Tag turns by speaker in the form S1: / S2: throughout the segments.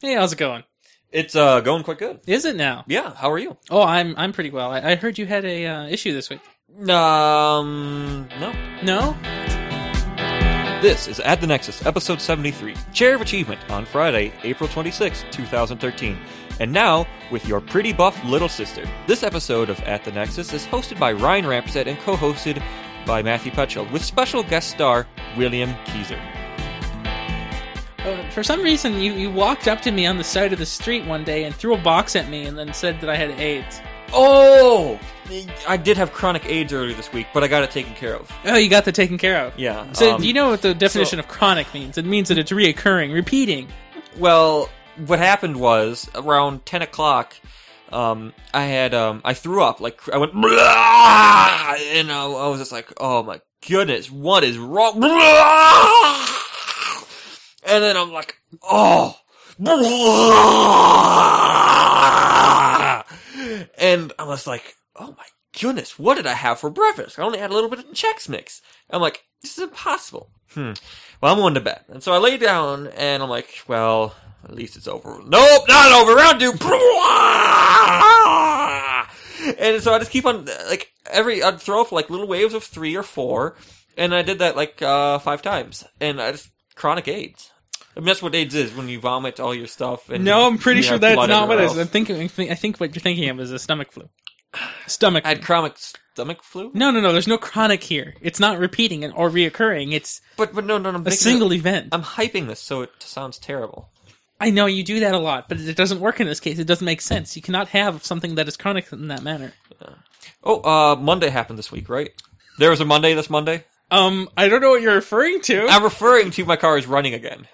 S1: Hey, how's it going?
S2: It's uh, going quite good.
S1: Is it now?
S2: Yeah. How are you?
S1: Oh, I'm I'm pretty well. I, I heard you had a uh, issue this week.
S2: Um, no.
S1: No?
S2: This is At the Nexus, episode 73, Chair of Achievement, on Friday, April 26, 2013. And now, with your pretty buff little sister. This episode of At the Nexus is hosted by Ryan Ramsett and co hosted by Matthew Putchell, with special guest star William Keyser.
S1: Uh, for some reason, you, you walked up to me on the side of the street one day and threw a box at me and then said that I had AIDS.
S2: Oh! I did have chronic AIDS earlier this week, but I got it taken care of.
S1: Oh, you got that taken care of.
S2: Yeah.
S1: So,
S2: um,
S1: do you know what the definition of chronic means? It means that it's reoccurring, repeating.
S2: Well, what happened was around ten o'clock. Um, I had um, I threw up like I went, "Blah!" and I, I was just like, "Oh my goodness, what is wrong?" Blah! And then I'm like, "Oh." Blah! And I was like, "Oh my goodness, what did I have for breakfast? I only had a little bit of Chex Mix." I'm like, "This is impossible." Hmm well, I'm going to bed. And so I lay down and I'm like, well, at least it's over. Nope, not over. Round two. And so I just keep on, like, every, I'd throw off like little waves of three or four. And I did that like, uh, five times. And I just, chronic AIDS. I mean, that's what AIDS is when you vomit all your stuff. And
S1: No, I'm pretty
S2: you
S1: sure
S2: have
S1: that's
S2: blood
S1: not what
S2: everywhere
S1: it is. I'm
S2: else.
S1: thinking, I think- I think what you're thinking of is a stomach flu. Stomach.
S2: I had chronic stomach flu?
S1: no, no, no. There's no chronic here. It's not repeating and- or reoccurring. It's
S2: But, but no, no, no.
S1: a
S2: I'm making
S1: single
S2: it-
S1: event.
S2: I'm hyping this so it sounds terrible.
S1: I know you do that a lot, but it doesn't work in this case. It doesn't make sense. You cannot have something that is chronic in that manner.
S2: Oh, uh, Monday happened this week, right? There was a Monday this Monday?
S1: Um, I don't know what you're referring to.
S2: I'm referring to my car is running again.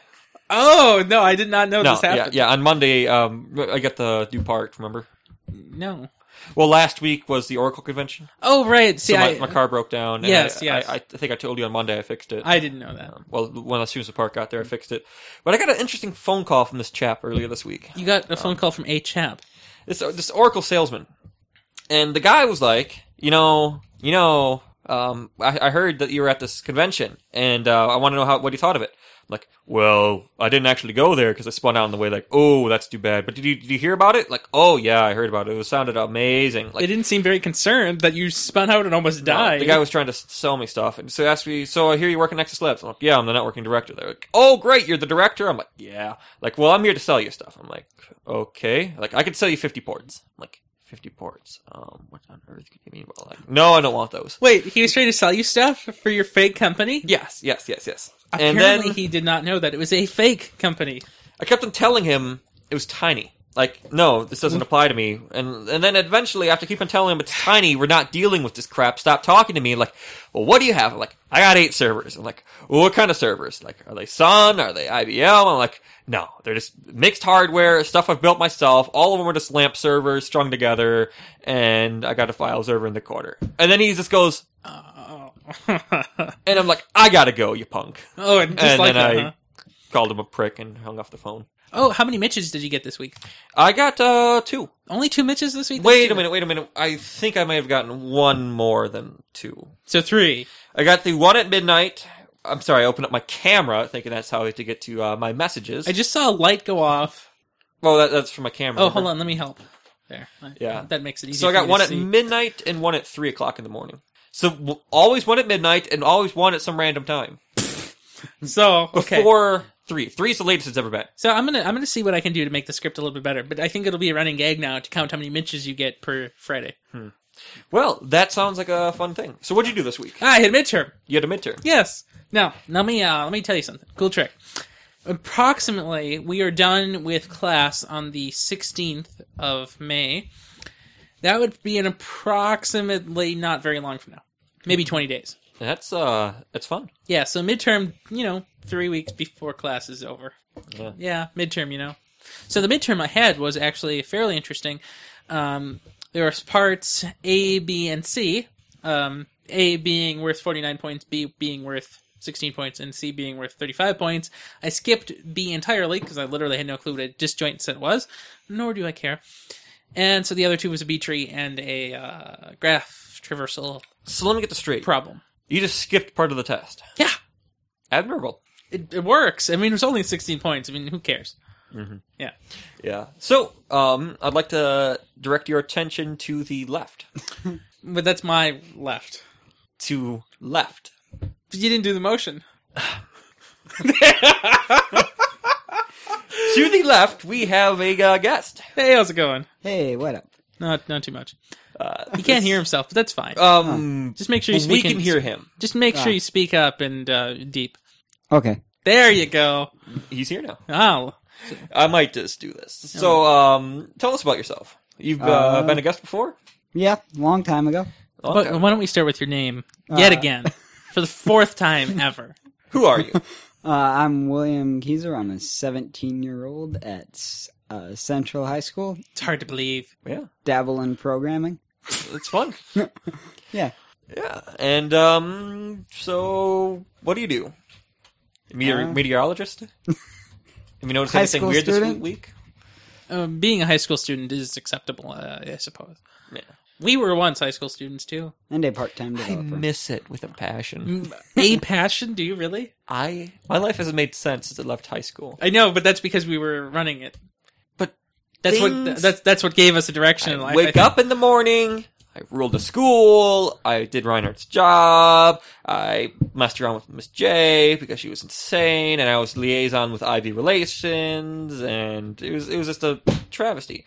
S1: oh no, I did not know
S2: No,
S1: this
S2: yeah,
S1: happened.
S2: yeah. On Monday, um, I got the new part. Remember?
S1: No.
S2: Well, last week was the Oracle convention,
S1: Oh right. See,
S2: so my,
S1: I,
S2: my car broke down. And
S1: Yes,
S2: I,
S1: yes.
S2: I, I think I told you on Monday I fixed it.
S1: I didn't know that.
S2: well, when as soon as the part got there, I fixed it. But I got an interesting phone call from this chap earlier this week.
S1: You got a phone call from a chap.
S2: This uh, this Oracle salesman, and the guy was like, you know, you know, um, I, I heard that you were at this convention, and uh, I want to know how what you thought of it. I'm like, well, I didn't actually go there because I spun out on the way. Like, oh, that's too bad. But did you did you hear about it? Like, oh yeah, I heard about it. It sounded amazing. Like,
S1: They didn't seem very concerned that you spun out and almost
S2: No,
S1: died.
S2: Oh, The guy was trying to s- sell me stuff, and so he asked me, "So I hear you work at Nexus Labs." I'm like, "Yeah, I'm the networking director." They're like, "Oh, great, you're the director." I'm like, "Yeah." Like, well, I'm here to sell you stuff. I'm like, "Okay." Like, I could sell you 50 ports. I'm like, 50 ports. Um, what on earth could you mean by like? No, I don't want those.
S1: Wait, he was trying to sell you stuff for your fake company.
S2: Yes, yes, yes, yes. and
S1: Apparently,
S2: then
S1: he did not know that it was a fake company.
S2: I kept on telling him it was tiny. Like, no, this doesn't apply to me. And and then eventually, after keep on telling him it's tiny, we're not dealing with this crap. Stop talking to me. Like, well, what do you have? I'm like, I got eight servers. I'm like, well, what kind of servers? Like, are they Sun? Are they IBM? I'm like, no, they're just mixed hardware stuff I've built myself. All of them are just lamp servers strung together, and I got a file server in the corner. And then he just goes,
S1: Oh,
S2: and I'm like, I gotta go, you punk.
S1: oh and just
S2: and
S1: like that.
S2: then I
S1: huh?
S2: called him a prick and hung off the phone.
S1: Oh, how many Mitches did you get this week?
S2: I got uh two.
S1: Only two Mitches this week.
S2: Wait
S1: That's
S2: a
S1: it.
S2: minute, wait a minute. I think I might have gotten one more than two.
S1: So three.
S2: I got the one at midnight. I'm sorry, I opened up my camera thinking that's how to get to uh, my messages.
S1: I just saw a light go off.
S2: well, that, that's from my camera.
S1: Oh,
S2: remember?
S1: hold on, let me help. There.
S2: Yeah.
S1: That makes it easy.
S2: So I
S1: for me
S2: got
S1: to
S2: one at
S1: see.
S2: midnight and one at 3 o'clock in the morning. So w- always one at midnight and always one at some random time.
S1: So okay.
S2: Before 3. 3 is the latest it's ever been.
S1: So I'm gonna I'm gonna see what I can do to make the script a little bit better. But I think it'll be a running gag now to count how many Mitches you get per Friday.
S2: Well, that sounds like a fun thing. So what'd you do this week?
S1: Ah, I hit a midterm.
S2: You had a midterm.
S1: Yes. Now let me uh, let me tell you something. Cool trick. Approximately, we are done with class on the 16th of May. That would be an approximately not very long from now, maybe 20 days.
S2: That's, uh, that's fun.
S1: Yeah, so midterm, you know, three weeks before class is over.
S2: Yeah.
S1: midterm, you know. So the midterm I had was actually fairly interesting. Um, there were parts A, B, and C. Um, A being worth 49 points, B being worth 16 points, and C being worth 35 points. I skipped B entirely because I literally had no clue what a disjoint set was, nor do I care. And so the other two was a B tree and a uh, graph traversal
S2: So let me get this straight.
S1: problem.
S2: You just skipped part of the test.
S1: Yeah,
S2: Admirable.
S1: it, it works. I mean, it was only 16 points. I mean, who cares?
S2: Yeah. So, um, I'd like to direct your attention to the left.
S1: But that's my left.
S2: To left.
S1: But you didn't do the motion.
S2: to the left, we have a uh, guest.
S1: Hey, how's it going?
S3: Hey, what up?
S1: Not not too much.
S2: Uh,
S1: He can't hear himself, but that's fine.
S2: Um,
S1: just make sure you
S2: we
S1: speak.
S2: can
S1: in-
S2: hear him.
S1: Just make
S3: Ah.
S1: sure you speak up and uh, deep.
S3: Okay.
S1: There you go.
S2: He's here now.
S1: Oh,
S2: I might just do this. So, um, tell us about yourself. You've uh,
S3: Uh,
S2: been a guest before.
S3: Yeah, long time ago.
S2: Okay.
S1: But why don't we start with your name yet
S2: Ah.
S3: Uh.
S1: again for the fourth time ever?
S2: Who are you?
S3: Uh, I'm William Keyser. I'm a 17 year old at uh, Central High School,
S1: It's hard to believe.
S2: yeah,
S3: dabble in programming.
S2: it's fun.
S3: Yeah.
S2: Yeah, and um, so what do you do? Meteor-
S3: Uh,
S2: meteorologist. Have you noticed
S3: high
S2: anything
S3: school
S2: weird
S3: student?
S2: this week?
S1: Um, being a high school student is acceptable, uh, I suppose.
S2: Yeah.
S1: We were once high school students too.
S3: And a part time
S2: I
S3: developer.
S2: miss it with a passion.
S1: Mm, A passion? Do you really?
S2: I my life hasn't made sense since I left high school.
S1: I know, but that's because we were running it.
S2: But
S1: That's what
S2: things-
S1: that's that's what gave us a direction in
S2: I
S1: life. I
S2: wake
S1: think.
S2: up in the morning. I ruled a school. I did Reinhardt's job. I messed around with Miss J because she was insane, and I was liaison with Ivy Relations, and it was it was just a travesty.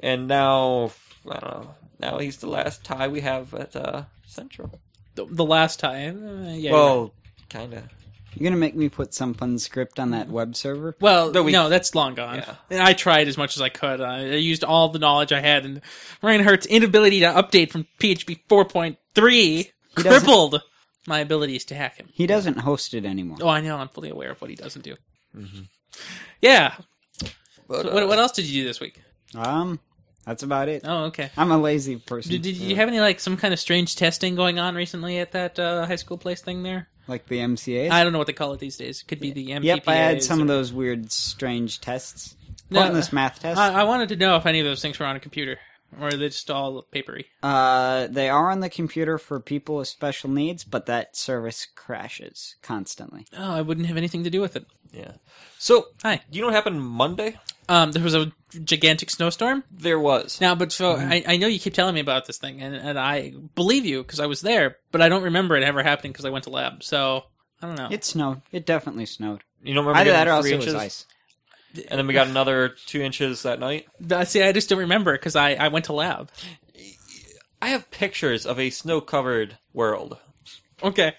S2: And now I don't know. Now he's the last tie we have at uh, Central.
S1: the, the last time. Uh, yeah. you're right.
S2: well, kind of.
S3: You're going to make me put some fun script on that web server?
S1: well,
S2: no,
S1: no,
S2: we-
S1: that's long gone.
S2: Yeah.
S1: And I tried as much as I could. I, I used all the knowledge I had, and Reinhardt's inability to update from PHP 4.3
S3: doesn't-
S1: crippled my abilities to hack him.
S3: He doesn't host it anymore.
S1: Oh, I know. I'm fully aware of what he doesn't do. Yeah. So
S2: But, Mm-hmm. uh,
S1: what, what else did you do this week?
S3: Um, that's about it.
S1: Oh, okay.
S3: I'm a lazy person.
S1: Did, did
S2: uh,
S1: you have any like some kind of strange testing going on recently at that uh, high school place thing there?
S3: Like the MCAs?
S1: I don't know what they call it these days. It could be the MPPAs.
S3: yep, I had some
S1: or-
S3: of those weird, strange tests.
S1: No,
S3: Pointless math tests.
S1: I, I wanted to know if any of those things were on a computer or are they just all papery.
S3: Uh, they are on the computer for people with special needs, but that service crashes constantly.
S1: Oh, I wouldn't have anything to do with it.
S2: uh, yeah. So
S1: Hi.
S2: you know what happened Monday?
S1: Um, there was a gigantic snowstorm.
S2: There was.
S1: Now, but so
S3: Mm-hmm.
S1: I, I know you keep telling me about this thing, and, and I believe you because I was there, but I don't remember it ever happening because I went to lab. So I don't know.
S3: It snowed. It definitely snowed.
S2: you don't remember
S3: Either that
S2: getting
S3: or else
S2: three
S3: it was
S2: inches,
S3: ice.
S2: and then we got another two inches that night.
S1: Th- See, I just don't remember because I, I went to lab.
S2: I have pictures of a snow covered world.
S1: Okay.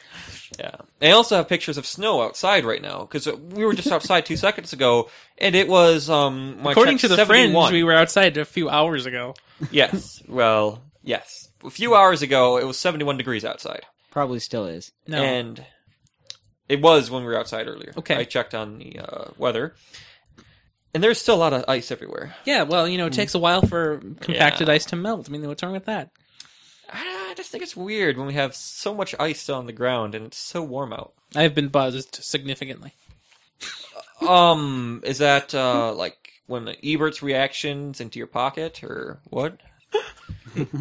S2: Yeah. I also have pictures of snow outside right now because we were just outside two seconds ago and it was, um, when I
S1: According
S2: checked,
S1: to the
S2: 71.
S1: friends, we were outside a few hours ago.
S2: Yes. Well, yes. A few hours ago, it was 71 degrees outside.
S3: Probably still is.
S1: No.
S2: And it was when we were outside earlier.
S1: Okay.
S2: I checked on the uh, weather. And there's still a lot of ice everywhere.
S1: yeah, well, you know, it takes a while for compacted ice to melt. I mean, what's wrong with that?
S2: I I just think it's weird when we have so much ice still on the ground and it's so warm out.
S1: I've been buzzed significantly.
S2: Um, is that uh like when Ebert's reactions into your pocket or what?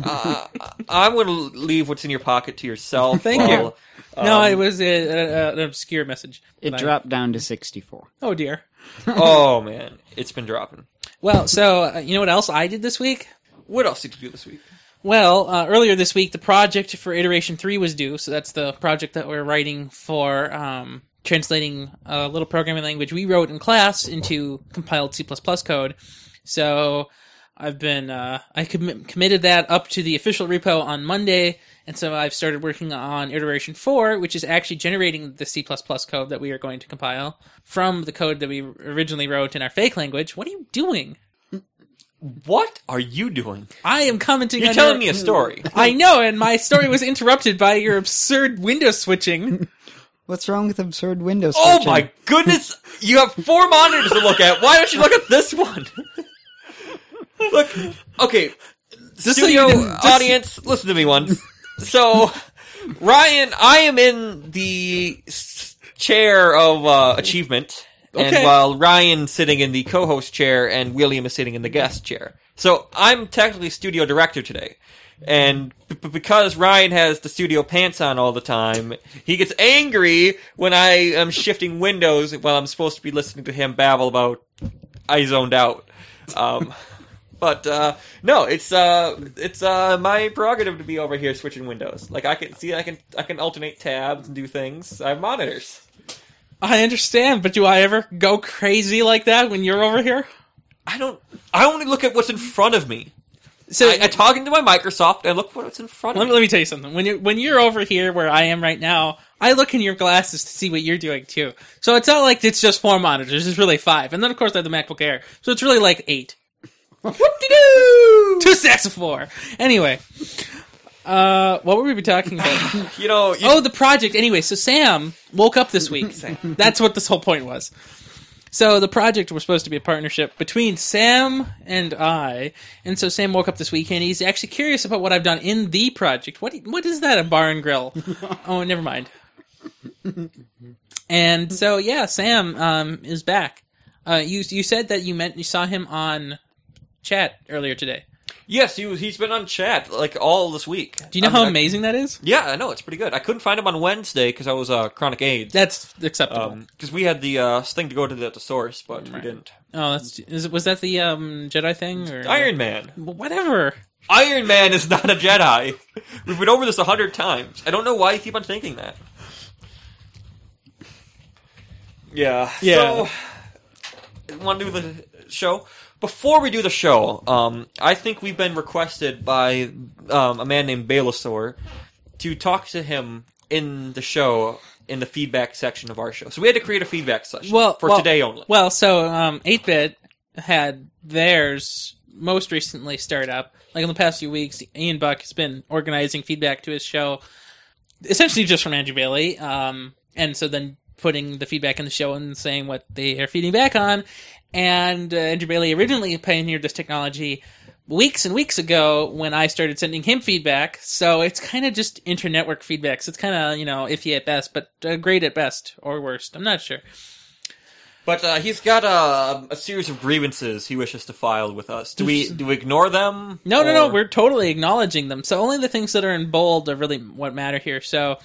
S2: uh, I'm gonna leave what's in your pocket to yourself.
S1: Thank
S2: while,
S1: no,
S2: um,
S1: it was a, a, a- an obscure message.
S3: It
S1: that I-
S3: dropped down to 64.
S1: Oh dear.
S2: oh man, it's been dropping.
S1: Well, so uh, you know what else I did this week?
S2: What else did you do this week?
S1: Well, uh, earlier this week, the project for iteration three was due. So that's the project that we're writing for um, translating a little programming language we wrote in class into compiled C code. So I've been uh, I commi- committed that up to the official repo on Monday, and so I've started working on iteration four, which is actually generating the C code that we are going to compile from the code that we originally wrote in our fake language. What are you doing?
S2: What are you doing?
S1: I am commenting.
S2: You're
S1: on
S2: telling
S1: your-
S2: me a story.
S1: I know, and my story was interrupted by your absurd window switching.
S3: What's wrong with absurd window
S2: Oh
S3: switching?
S2: my goodness! You have four monitors to look at. Why don't you look at this one? look, okay.
S1: so you
S2: studio
S1: didn't- just-
S2: audience, listen to me once. So, Ryan, I am in the s- chair of uh, achievement,
S1: Okay.
S2: and while Ryan's sitting in the co-host chair, and William is sitting in the guest chair. So I'm technically studio director today. And b- b- because Ryan has the studio pants on all the time, he gets angry when I am shifting windows while I'm supposed to be listening to him babble about I zoned out. Um, but uh, no, it's uh, it's uh, my prerogative to be over here switching windows. Like I can see, I can I can alternate tabs and do things. I have monitors.
S1: I understand, but do I ever go crazy like that when you're over here?
S2: I don't. I only look at what's in front of me.
S1: So
S2: I, I talk into my Microsoft and I look what's in front
S1: let
S2: of
S1: me,
S2: me.
S1: let me tell you something. When you're when you're over here where I am right now, I look in your glasses to see what you're doing too. So it's not like it's just four monitors. It's really five, and then of course I have the MacBook Air, so it's really like eight. Two stacks of four. Anyway, uh, what were we talking about?
S2: You know, you,
S1: oh, the project. Anyway, so Sam woke up this week. That's what this whole point was. So the project was supposed to be a partnership between Sam and I, and so Sam woke up this week and he's actually curious about what I've done in the project. What what is that a bar and grill? oh, never mind. And so yeah, Sam um, is back. Uh, you you said that you meant you saw him on chat earlier today.
S2: yes, he, was- he's been on chat like all this week.
S1: Do you know
S2: Um, I mean,
S1: how
S2: I-
S1: amazing that is?
S2: Yeah, I know it's pretty good. I couldn't find him on Wednesday because I was uh, chronic AIDS.
S1: That's acceptable.
S2: Because we had the uh, thing to go to the, the source, but we
S1: Right.
S2: didn't.
S1: oh, that's is, was that the um, Jedi thing or
S2: Iron Man.
S1: Whatever.
S2: Iron Man is not a Jedi. We've been over this a hundred times. I don't know why you keep on thinking that. Yeah.
S1: Yeah.
S2: So, want to do the show? Before we do the show, um, I think we've been requested by um, a man named Baylosor to talk to him in the show in the feedback section of our show. So we had to create a feedback session
S1: Well,
S2: for
S1: well-
S2: today only.
S1: Well, so um, 8-bit had theirs most recently start up. Like in the past few weeks, Ian Buck has been organizing feedback to his show, essentially just from Andrew Bailey. Um, and so then putting the feedback in the show and saying what they are feeding back on. And uh, Andrew Bailey originally pioneered this technology weeks and weeks ago when I started sending him feedback. So it's kind of just internetwork feedback. So it's kind of, you know, iffy at best, but uh, great at best or worst. I'm not sure.
S2: But uh, he's got a, a series of grievances he wishes to file with us. Do we do we ignore them?
S1: No, no,
S2: Or-
S1: no. We're totally acknowledging them. So only the things that are in bold are really what matter here. So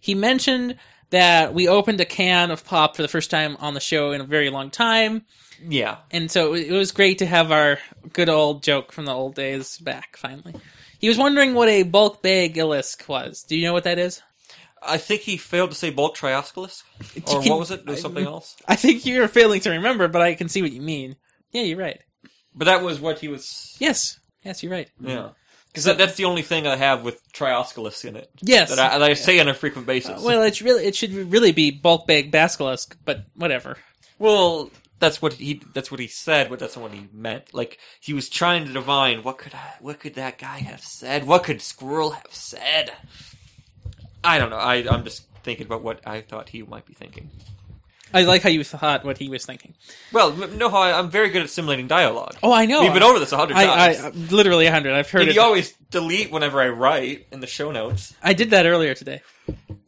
S1: he mentioned that we opened a can of pop for the first time on the show in a very long time,
S2: yeah.
S1: and so it was great to have our good old joke from the old days back. Finally, he was wondering what a bulk bag illisk was. Do you know what that is?
S2: I think he failed to say bulk triosculus, or
S1: Can-
S2: what was it? It was something else.
S1: I think you're failing to remember, but I can see what you mean. Yeah, you're right.
S2: But that was what he was.
S1: Yes, yes, you're right.
S2: Yeah, because that, that's the only thing I have with triosculus in it
S1: Yes. Uh,
S2: that I, that I say on a frequent basis.
S1: well, it's really it should really be bulk bag basilisk, but whatever.
S2: Well, that's what he that's what he said, but that's not what he meant. Like he was trying to divine what could I, what could that guy have said? What could Squirrel have said? I don't know. I I'm just thinking about what I thought he might be thinking.
S1: I like how you thought what he was thinking.
S2: Well, m- no, I, I'm very good at simulating dialogue.
S1: Oh, I know.
S2: We've been over this a hundred
S1: I, I,
S2: times.
S1: I literally a hundred. I've heard
S2: and
S1: it.
S2: you always delete whenever I write in the show notes.
S1: I did that earlier today.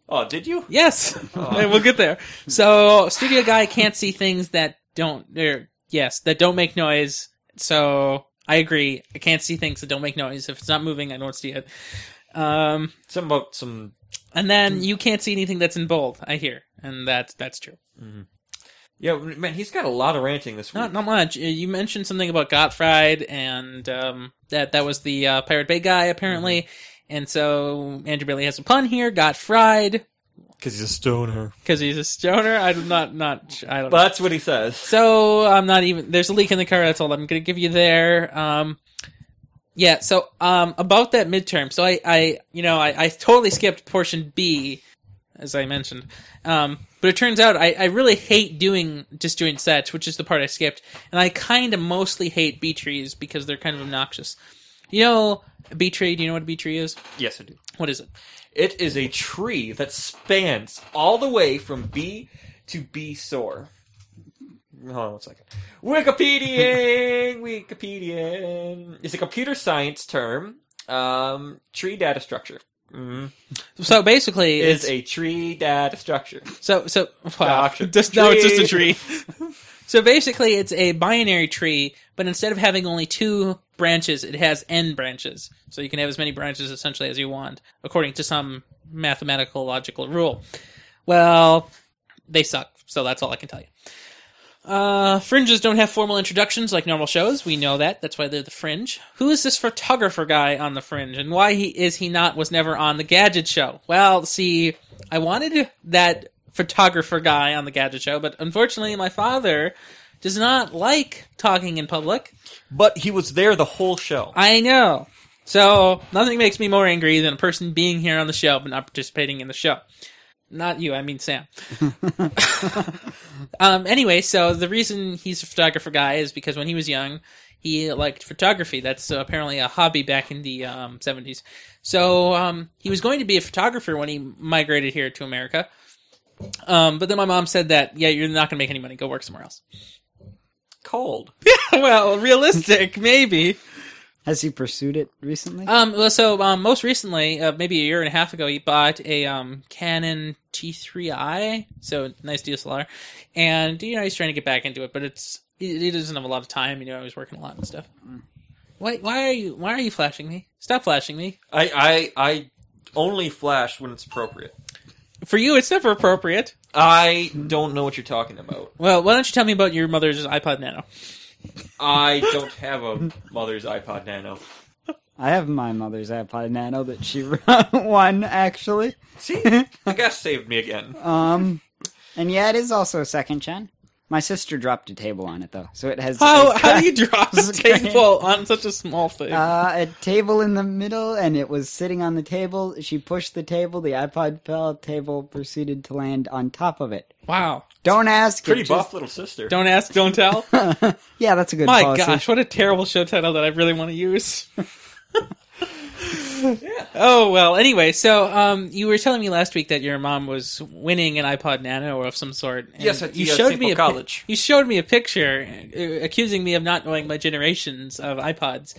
S2: Oh, did you?
S1: Yes,
S2: Oh.
S1: we'll get there. So, studio guy can't see things that don't. Er, yes, that don't make noise. So I agree. I can't see things that don't make noise. If it's not moving, I don't see it. Um,
S2: Something about some.
S1: and then you can't see anything that's in bold. I hear, and that's that's true.
S2: Yeah, man, he's got a lot of ranting this week.
S1: Not not much. Uh, You mentioned something about Gottfried, and um, that that was the uh, Pirate Bay guy apparently.
S2: Mm-hmm.
S1: And so Andrew Bailey has a pun here. Got fried
S2: Because he's a stoner.
S1: because he's a stoner. I'm not not I don't. know.
S2: But that's what he says.
S1: So I'm not even. There's a leak in the car. That's all I'm going to give you there. Um, yeah. So um, about that midterm. So I I you know I, I totally skipped portion B, as I mentioned. Um, but it turns out I, I really hate doing just doing sets, which is the part I skipped, and I kind of mostly hate B trees because they're kind of obnoxious. You know, a B tree. Do you know what a B tree is?
S2: Yes, I do.
S1: What is it?
S2: It is a tree that spans all the way from B to B sore. Hold on one second. Wikipedian, Wikipedian. It's a computer science term. Um, tree data structure mm.
S1: So basically,
S2: is
S1: it's-
S2: a tree data structure.
S1: So so wow.
S2: Doctor
S1: Just, no, it's just a
S2: tree.
S1: tree. so basically, it's a binary tree, but instead of having only two branches, it has n branches. So you can have as many branches essentially as you want, according to some mathematical logical rule. Well, they suck. So that's all I can tell you. Uh, fringes don't have formal introductions like normal shows. We know that. That's why they're the fringe. Who is this photographer guy on the fringe, and why he is he not was never on the gadget show? Well, see, I wanted that photographer guy on the gadget show, but unfortunately, my father does not like talking in public.
S2: But he was there the whole show.
S1: I know. So nothing makes me more angry than a person being here on the show but not participating in the show. Not you, I mean Sam. um, anyway, so the reason he's a photographer guy is because when he was young, he liked photography. That's uh, apparently a hobby back in the um, 70s. So um, he was going to be a photographer when he migrated here to America. Um, but then my mom said that, yeah, you're not going to make any money. Go work somewhere else.
S2: Cold.
S1: well, realistic, maybe.
S3: Has he pursued it recently?
S1: Um, well, so um, most recently, uh, maybe a year and a half ago, he bought a um, Canon T3i, so nice DSLR, and you know he's trying to get back into it, but it's he, he doesn't have a lot of time. You know, he's working a lot and stuff. Why? Why are you? Why are you flashing me? Stop flashing me.
S2: I, I, I only flash when it's appropriate.
S1: For you, it's never appropriate.
S2: I don't know what you're talking about.
S1: Well, why don't you tell me about your mother's iPod Nano?
S2: I don't have a mother's iPod Nano.
S3: I have my mother's iPod Nano that she won, actually.
S2: See, the guest saved me again.
S3: Um, and yeah, it is also a second gen. My sister dropped a table on it though, so it has
S1: How?
S3: a,
S1: How do you drop a
S3: It's great.
S1: table on such a small thing?
S3: uh, a table in the middle, and it was sitting on the table. She pushed the table, the iPod fell, table proceeded to land on top of it.
S1: wow!
S3: Don't ask.
S2: Pretty
S3: it
S2: buff little sister.
S1: Don't ask, don't tell.
S3: just- yeah, that's a good.
S1: My
S3: policy.
S1: gosh, what a terrible show title that I really want to use. Oh well. Anyway, so um, you were telling me last week that your mom was winning an iPod Nano of some sort. and
S2: Yes, at
S1: you
S2: the, uh,
S1: showed
S2: St.
S1: me
S2: Paul
S1: a pi-
S2: College.
S1: you showed me a picture uh, accusing me of not knowing my generations of iPods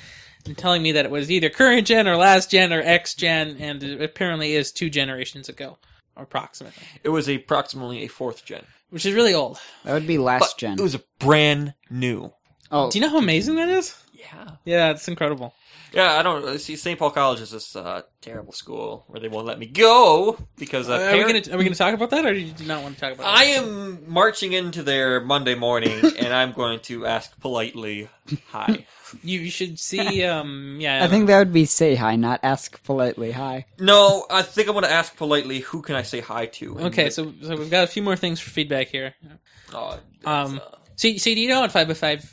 S1: and telling me that it was either current gen or last gen or X gen, and it apparently is two generations ago, approximately,
S2: It was approximately a fourth gen.
S1: which is really old.
S3: That would be last
S2: But
S3: gen.
S2: It was a brand new.
S3: oh,
S1: Do you know how amazing that is?
S2: Yeah.
S1: Yeah, it's incredible.
S2: Yeah, I don't see. St. Paul College is this uh, terrible school where they won't let me go because uh,
S1: Uh, are we
S2: parent-
S1: going to are we going to talk about that, or do you not want to talk about?
S2: I
S1: it?
S2: am marching into there Monday morning, and I'm going to ask politely, "Hi."
S1: You, you should see. Um, yeah,
S3: I think that would be say hi, not ask politely hi.
S2: No, I think I'm going to ask politely. Who can I say hi to? And
S1: Okay,
S2: the-
S1: so so we've got a few more things for feedback here.
S2: uh,
S1: Um,
S2: uh,
S1: so so do you know on five by five?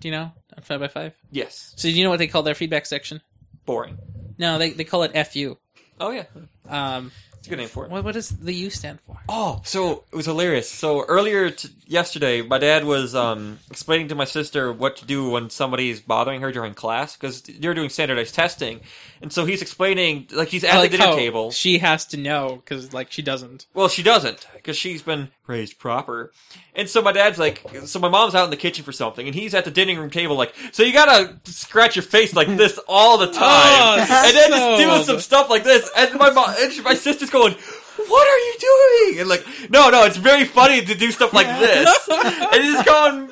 S1: Do you know on five by five?
S2: yes,
S1: So do you know what they call their feedback section?
S2: boring.
S1: No, they they call it FU.
S2: Oh yeah,
S1: Um,
S2: it's a good name for it.
S1: what what does the U stand for?
S2: Oh, so it was hilarious. So earlier t- yesterday, my dad was um, explaining to my sister what to do when somebody's bothering her during class because you're doing standardized testing, and so he's explaining like he's at
S1: like
S2: the dinner
S1: how
S2: table.
S1: She has to know because like she doesn't.
S2: Well, she doesn't because she's been raised proper, and so my dad's like, so my mom's out in the kitchen for something, and he's at the dining room table like, so you gotta scratch your face like this all the time,
S1: Oh,
S2: and then just doing
S1: sold.
S2: some stuff like this, and my mom, and she- my sister's going. What are you doing? And like, no, no, it's very funny to do stuff like this. and he's just going,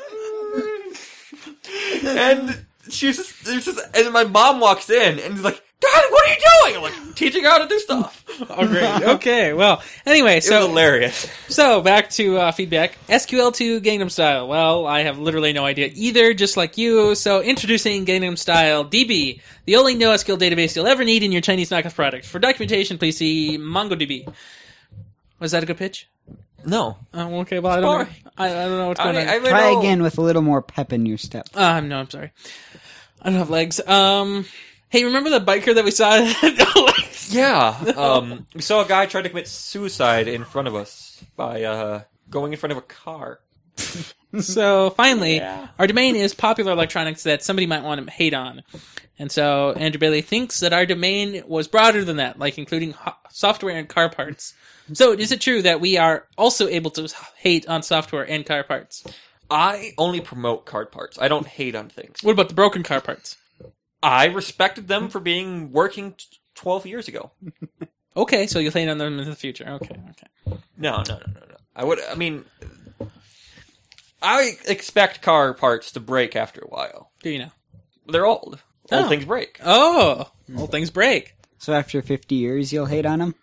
S2: and she's just, it's just, and my mom walks in and is like, Dad, what are you doing? I'm like, teaching her how to do stuff.
S1: Oh, great. okay. Well, anyway,
S2: It was
S1: so
S2: hilarious.
S1: So back to uh, feedback. SQL2 Gangnam Style. Well, I have literally no idea either, just like you. So introducing Gangnam Style DB, the only NoSQL database you'll ever need in your Chinese knockoff product. For documentation, please see MongoDB. Was that a good pitch?
S2: No,
S1: Oh, okay, well I don't know.
S2: Sorry.
S1: I, I don't know what's going on.
S2: I, oh, I
S3: Try
S2: know-
S3: again with a little more pep in your step.
S1: Um, no, I'm sorry. I don't have legs. Um, hey, remember the biker that we saw?
S2: Yeah. Um, we saw a guy try to commit suicide in front of us by uh, going in front of a car.
S1: So finally,
S2: Yeah.
S1: our domain is popular electronics that somebody might want to hate on. And so Andrew Bailey thinks that our domain was broader than that, like including ho- software and car parts. So is it true that we are also able to hate on software and car parts?
S2: I only promote card parts. I don't hate on things.
S1: What about the broken car parts?
S2: I respected them for being working t- 12 years ago.
S1: Okay, so you'll hate on them in the future. Okay, okay.
S2: No, no, no, no, no. I would. I mean, I expect car parts to break after a while.
S1: Do you know?
S2: They're old. Old
S1: Oh.
S2: things break.
S1: Oh, all things break.
S3: So after 50 years, you'll hate on him?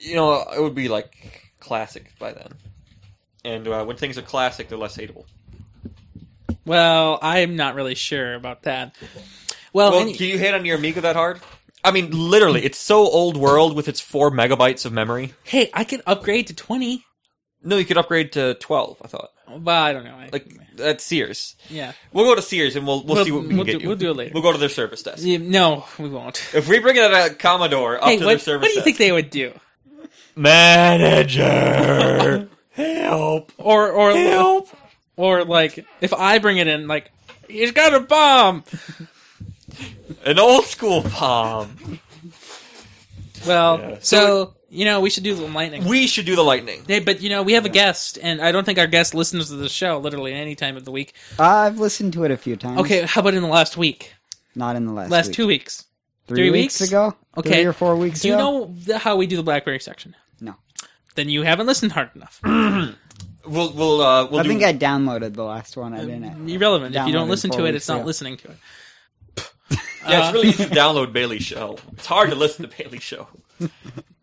S2: You know, it would be like classic by then. And uh, when things are classic, they're less hateable.
S1: Well, I'm not really sure about that. Well,
S2: Well,
S1: any-
S2: do you hate on your Amiga that hard? I mean, literally, it's so old world with its four megabytes of memory.
S1: hey, I could upgrade to 20.
S2: No, you could upgrade to twelve. I thought
S1: Well, I don't know. I,
S2: like at Sears.
S1: yeah.
S2: We'll go to Sears and we'll we'll, see what we can
S1: we'll
S2: get
S1: do,
S2: you.
S1: We'll do it later.
S2: We'll go to their service desk.
S1: Yeah, no, we won't.
S2: If we bring it at a Commodore up
S1: Hey,
S2: to
S1: what,
S2: their
S1: what
S2: service
S1: do you
S2: desk,
S1: think they would do?
S2: manager, help,
S1: Or, or,
S2: help.
S1: or like, if I bring it in, like, he's got a bomb.
S2: An old school bomb.
S1: Well,
S2: Yeah.
S1: so you know, we should do the lightning.
S2: We should do the lightning.
S1: Hey, but you know, we have a guest, and I don't think our guest listens to the show literally any time of the week.
S3: I've listened to it a few times.
S1: Okay, how about in the last week?
S3: Not in the last
S1: Last
S3: week.
S1: two weeks.
S3: three,
S1: three
S3: weeks,
S1: weeks?
S3: ago.
S1: Okay.
S3: Three or four weeks
S1: Do you
S3: ago.
S1: know the, how we do the BlackBerry section?
S3: No.
S1: Then you haven't listened hard enough.
S2: We'll we'll uh, we'll
S3: I
S2: do.
S3: think I downloaded the last one. I didn't.
S1: Irrelevant. If you don't
S3: Downloaded
S1: listen to
S3: four
S1: it,
S3: weeks
S1: it's not
S3: ago.
S1: listening to it. uh,
S2: yeah, it's really easy to download Bailey's show. It's hard to listen to Bailey's show.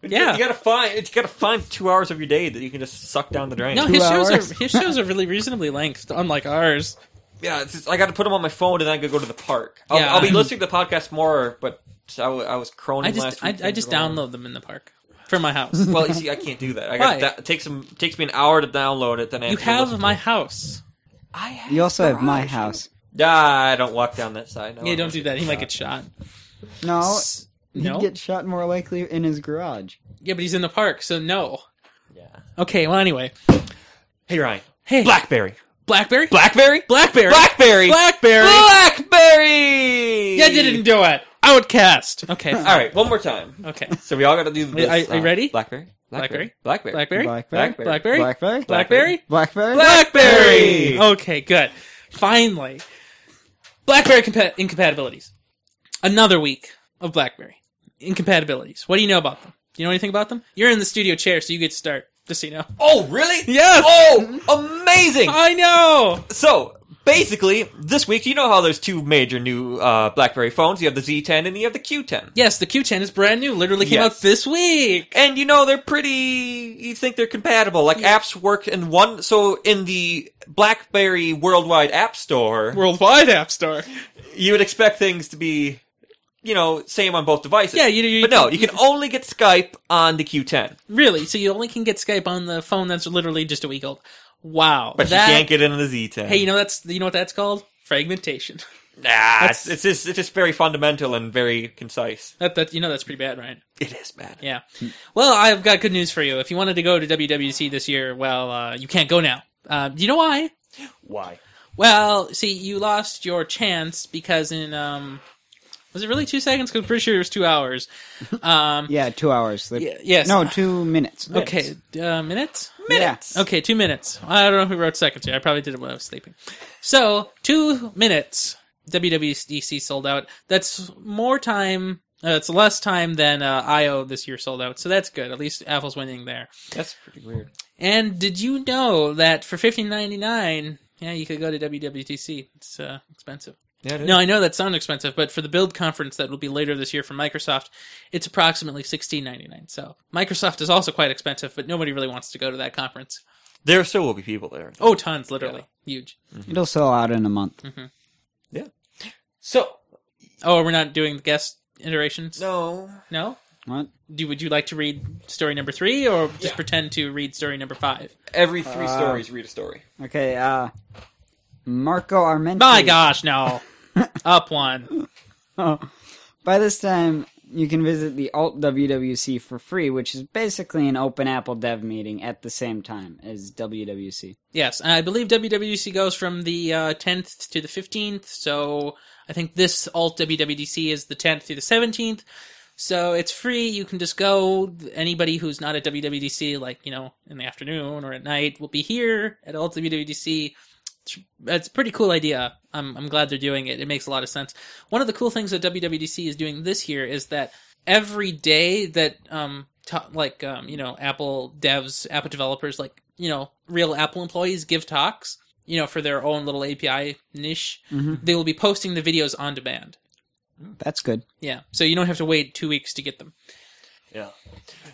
S1: Yeah.
S2: you gotta find you gotta find two hours of your day that you can just suck down the drain.
S1: No,
S3: Two
S1: his shows
S3: hours?
S1: are his shows are really reasonably length, unlike ours.
S2: yeah, it's just, I got to put them on my phone and then I could go to the park. I'll,
S1: Yeah.
S2: I'll be listening to the podcast more, but I, wa- I was croning
S1: I just
S2: last
S1: I,
S2: week.
S1: I just download them in the park from my house.
S2: Well, you see, I can't do that.
S1: Why?
S2: I got that, it takes them takes me an hour to download it. Then I
S1: you
S2: to
S1: have
S2: listen to
S1: my
S2: it.
S1: house.
S2: I have
S3: You also have my
S2: garage.
S3: house.
S2: Ah, I don't walk down that side. I
S1: Yeah,
S2: walk
S1: don't do
S2: down
S1: that. He
S2: the
S1: might
S2: side.
S1: get shot.
S3: No,
S1: S-
S3: he'd
S1: no.
S3: get shot more likely in his garage.
S1: Yeah, but he's in the park, so no.
S2: Yeah.
S1: Okay. Well, anyway.
S2: Hey Ryan,
S1: Hey,
S2: BlackBerry,
S1: BlackBerry.
S2: BlackBerry,
S1: Blackberry.
S2: BlackBerry,
S1: Blackberry.
S2: BlackBerry.
S1: Yeah, you didn't do it. Outcast. Okay.
S2: All right, one more time.
S1: Okay.
S2: So we all got to do this. uh,
S1: Are- are you ready?
S2: Blackberry,
S1: Blackberry?
S2: Blackberry,
S1: Blackberry.
S3: Blackberry.
S1: Blackberry.
S3: Blackberry.
S1: Blackberry.
S3: Blackberry.
S2: Blackberry. Oh,
S1: Okay. Good. Finally, BlackBerry compa- incompatibilities. Another week of BlackBerry incompatibilities. What do you know about them? Do you know anything about them? You're in the studio chair, so you get to start. Just so you know.
S2: Oh, really?
S1: Yes. Uh,
S2: Oh, amazing.
S1: I know.
S2: So basically, this week, you know how there's two major new uh, BlackBerry phones. You have the Z10 and you have the Q10.
S1: Yes, the Q10 is brand new. Literally came
S2: Yes.
S1: out this week.
S2: And you know they're pretty. You think they're compatible? Like apps work in one. So in the BlackBerry worldwide app store,
S1: Worldwide App Store.
S2: you would expect things to be, you know, same on both devices.
S1: Yeah, you- you-
S2: but no, you can only get Skype on the Q10,
S1: Really? So you only can get Skype on the phone that's literally just a week old. Wow.
S2: but
S1: That-
S2: you can't get it on the Z10.
S1: Hey, you know that's you know what that's called? Fragmentation.
S2: Nah, it's, it's just it's just very fundamental and very concise.
S1: That that you know that's pretty bad, right?
S2: It is bad.
S1: Yeah. Well, I've got good news for you. If you wanted to go to WWDC this year, well, uh, you can't go now. Uh, do you know why?
S2: Why?
S1: Well, see, you lost your chance because in um, was it really two seconds? Because I'm pretty sure it was two hours. Um,
S3: Yeah, two hours. They-
S1: y- yes.
S3: No, two minutes.
S1: Okay, uh, minutes.
S3: Minutes.
S1: Okay, two minutes. I don't know who wrote seconds here. I probably did it when I was sleeping. So, two minutes. WWDC sold out. That's more time. Uh, it's less time than uh, I/O this year sold out. So that's good. At least Apple's winning there.
S2: That's pretty weird.
S1: And did you know that for fifteen ninety nine? Yeah, you could go to WWDC. It's uh, expensive.
S2: Yeah, it is.
S1: No, I know that sounds expensive, but for the Build conference that will be later this year for Microsoft, it's approximately sixteen ninety nine. So Microsoft is also quite expensive, but nobody really wants to go to that conference.
S2: There still will be people there.
S1: Oh, tons, literally huge.
S3: It'll sell out in a month.
S2: So
S1: Oh, we're not doing the guest iterations.
S2: no,
S1: No?
S3: What?
S1: Do would you like to read story number three, or just
S2: Yeah.
S1: pretend to read story number five?
S2: every three
S3: Uh,
S2: stories read a story.
S3: Okay. Uh, Marco Armenti.
S1: My gosh, no! Up one.
S3: Oh. By this time, you can visit the Alt WWC for free, which is basically an open Apple dev meeting at the same time as WWC.
S1: Yes, and I believe WWDC goes from the uh, 10th to the 15th, so I think this alt WWDC is the 10th to the 17th. So it's free. You can just go. Anybody who's not at WWDC, like, you know, in the afternoon or at night, will be here at alt WWDC. It's- That's a pretty cool idea. I'm, I'm glad they're doing it. It makes a lot of sense. One of the cool things that WWDC is doing this year is that every day that um to- like um you know Apple devs, Apple developers, like you know real Apple employees give talks, you know for their own little API niche,
S3: Mhm.
S1: they will be posting the videos on demand.
S3: That's good.
S1: Yeah, so you don't have to wait two weeks to get them.
S2: Yeah.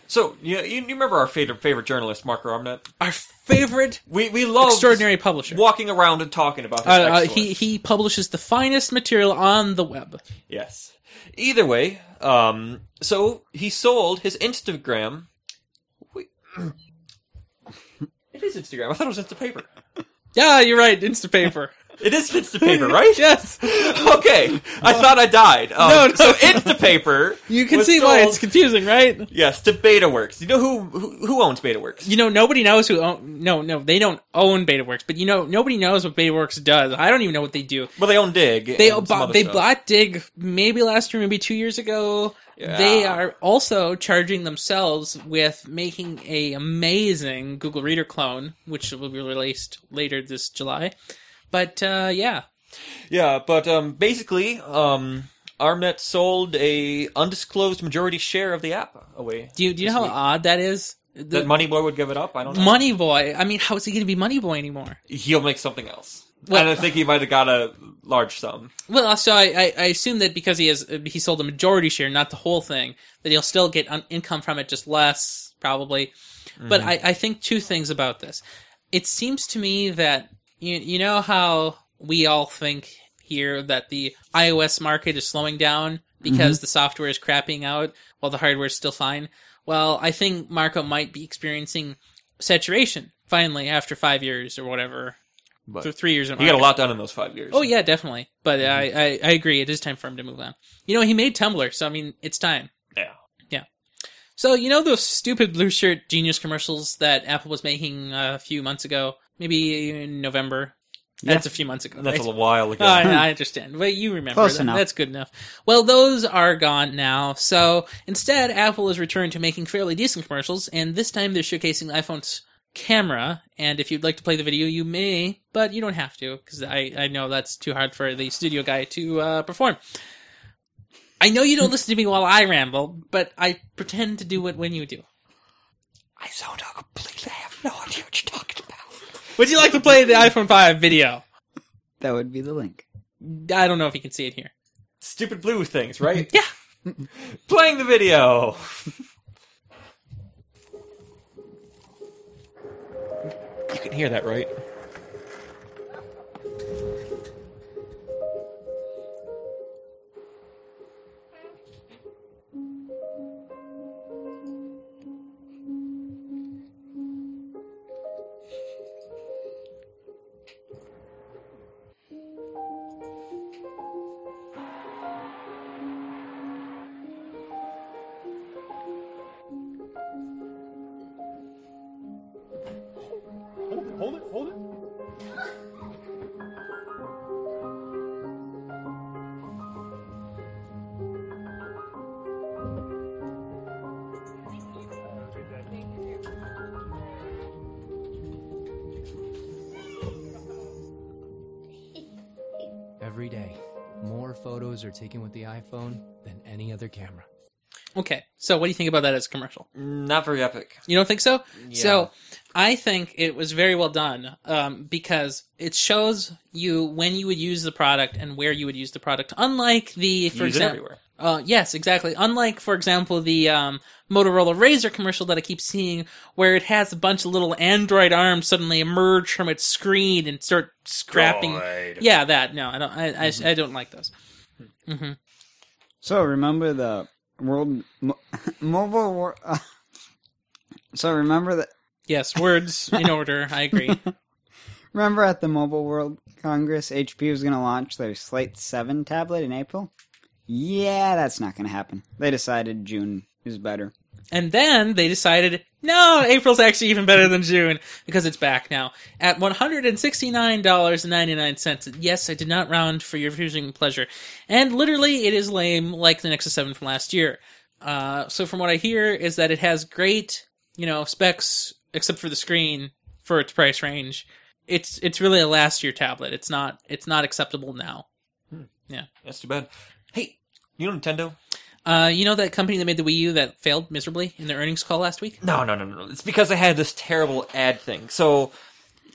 S2: So you you you remember our favorite favorite journalist, Mark Armnet?
S1: Our favorite
S2: We we love
S1: extraordinary publisher.
S2: walking around and talking about his
S1: Uh, uh,
S2: excellence.
S1: he he publishes the finest material on the web.
S2: Yes. Either way, um, so he sold his Instagram. Wait. It is Instagram. I thought it was Instapaper.
S1: Yeah, you're right. Instapaper.
S2: It is Instapaper, right?
S1: yes.
S2: Okay. I thought I died. Um,
S1: No, no.
S2: So Instapaper.
S1: You can
S2: was
S1: see why
S2: sold-
S1: it's confusing, right?
S2: Yes, to BetaWorks. You know who who, who owns BetaWorks?
S1: You know, nobody knows who own, no, no, they don't own BetaWorks, but you know, nobody knows what BetaWorks does. I don't even know what they do.
S2: Well, they own Dig.
S1: They
S2: and some
S1: bought,
S2: other
S1: they
S2: stuff.
S1: bought Dig maybe last year, maybe two years ago. They
S2: Yeah.
S1: are also charging themselves with making a amazing Google Reader clone, which will be released later this July. But uh, yeah,
S2: Yeah, but um, basically, um, Armnet sold a undisclosed majority share of the app away.
S1: do you, do you
S2: This
S1: know how
S2: week.
S1: odd that is? The,
S2: that Moneyboy would give it up? I don't know.
S1: Money Boy. I mean, how is he going to be Money Boy anymore?
S2: He'll make something else.
S1: Well-
S2: and I think he might have got a large sum.
S1: Well, uh, so I, I, I assume that because he has uh, he sold a majority share, not the whole thing, that he'll still get un- income from it, just less probably. But
S2: Mm-hmm.
S1: I, I think two things about this. It seems to me that you you know how we all think here that the iOS market is slowing down because
S2: Mm-hmm.
S1: the software is crapping out while the hardware is still fine. Well, I think Marco might be experiencing saturation finally after five years or whatever,
S2: But
S1: th- three years. in
S2: he got a
S1: market.
S2: lot done in those five years.
S1: Oh yeah, definitely. But I,
S2: Mm-hmm.
S1: I I agree. It is time for him to move on. You know, he made Tumblr, so I mean, it's time.
S2: Yeah.
S1: So you know those stupid blue shirt genius commercials that Apple was making a few months ago, maybe in November. That's a few months ago.
S2: And that's
S1: right?
S2: a while ago.
S1: Oh, I, I understand. But you remember
S3: Close
S1: them.
S3: enough.
S1: That's good enough. Well, those are gone now. So instead, Apple has returned to making fairly decent commercials, and this time they're showcasing the iPhone's camera. And if you'd like to play the video, you may, but you don't have to, because I, I know that's too hard for the studio guy to uh, perform. I know you don't listen to me while I ramble, but I pretend to do it when you do.
S2: I zoned out completely. I have no idea what you're talking about.
S1: Would you like to play the iPhone 5 video?
S3: That would be the link.
S1: I don't know if you can see it here.
S2: Stupid blue things, right?
S1: Yeah.
S2: Playing the video. you can hear that, right?
S4: Hold it, hold it, hold it.
S5: Every day, more photos are taken with the iPhone than any other camera.
S1: Okay, so what do you think about that as a commercial?
S2: Not very epic.
S1: You don't think so?
S2: Yeah.
S1: So I think it was very well done um, because it shows you when you would use the product and where you would use the product. Unlike the, for
S2: Use it
S1: example,
S2: everywhere.
S1: uh, yes, exactly. Unlike, for example, the um, Motorola Razor commercial that I keep seeing, where it has a bunch of little Android arms suddenly emerge from its screen and start scrapping. Yeah, that. No, I don't. I, I,
S2: Mm-hmm.
S1: I don't like those. hmm
S3: So remember the world mo- mobile. Wor- uh, so remember the
S1: Yes, words in order. I agree.
S3: remember at the Mobile World Congress, HP was going to launch their Slate Seven tablet in April. Yeah, that's not going to happen. They decided June is better.
S1: And then they decided, no, April's actually even better than June because it's back now at $169.99. Yes, I did not round for your viewing pleasure. And literally, it is lame like the Nexus 7 from last year. Uh, so from what I hear is that it has great, you know, specs except for the screen for its price range. It's it's really a last year tablet. It's not it's not acceptable now.
S2: That's too bad. Hey, you know Nintendo?
S1: Uh, you know that company that made the Wii U that failed miserably in their earnings call last week?
S2: No, no, no, no. no. It's because they had this terrible ad thing. So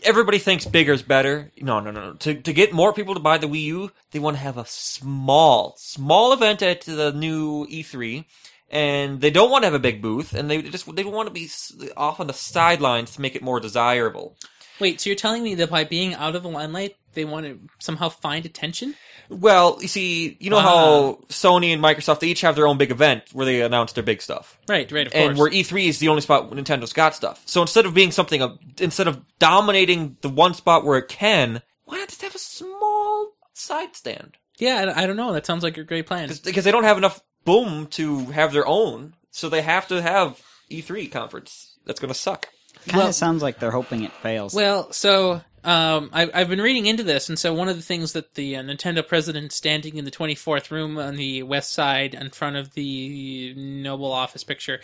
S2: everybody thinks bigger is better. No, no, no, no. To, to get more people to buy the Wii U, they want to have a small, small event at the new E3 E and they don't want to have a big booth, and they just they want to be s- off on the sidelines to make it more desirable.
S1: Wait, so you're telling me that by being out of the limelight, they want to somehow find attention?
S2: Well, you see, you know
S1: Wow.
S2: how Sony and Microsoft they each have their own big event where they announce their big stuff.
S1: Right, right, of
S2: and
S1: course.
S2: where E3 is the only spot Nintendo's got stuff. So instead of being something of, instead of dominating the one spot where it can, why not just have a small side stand?
S1: yeah, I I don't know. That sounds like a great plan.
S2: Because they don't have enough boom to have their own, so they have to have E3 conference. That's gonna suck.
S3: Kind of
S1: Well-
S3: sounds like they're hoping it fails.
S1: Well, so um, I, I've been reading into this, and so one of the things that the uh, Nintendo president standing in the 24th room on the west side in front of the Noble office picture,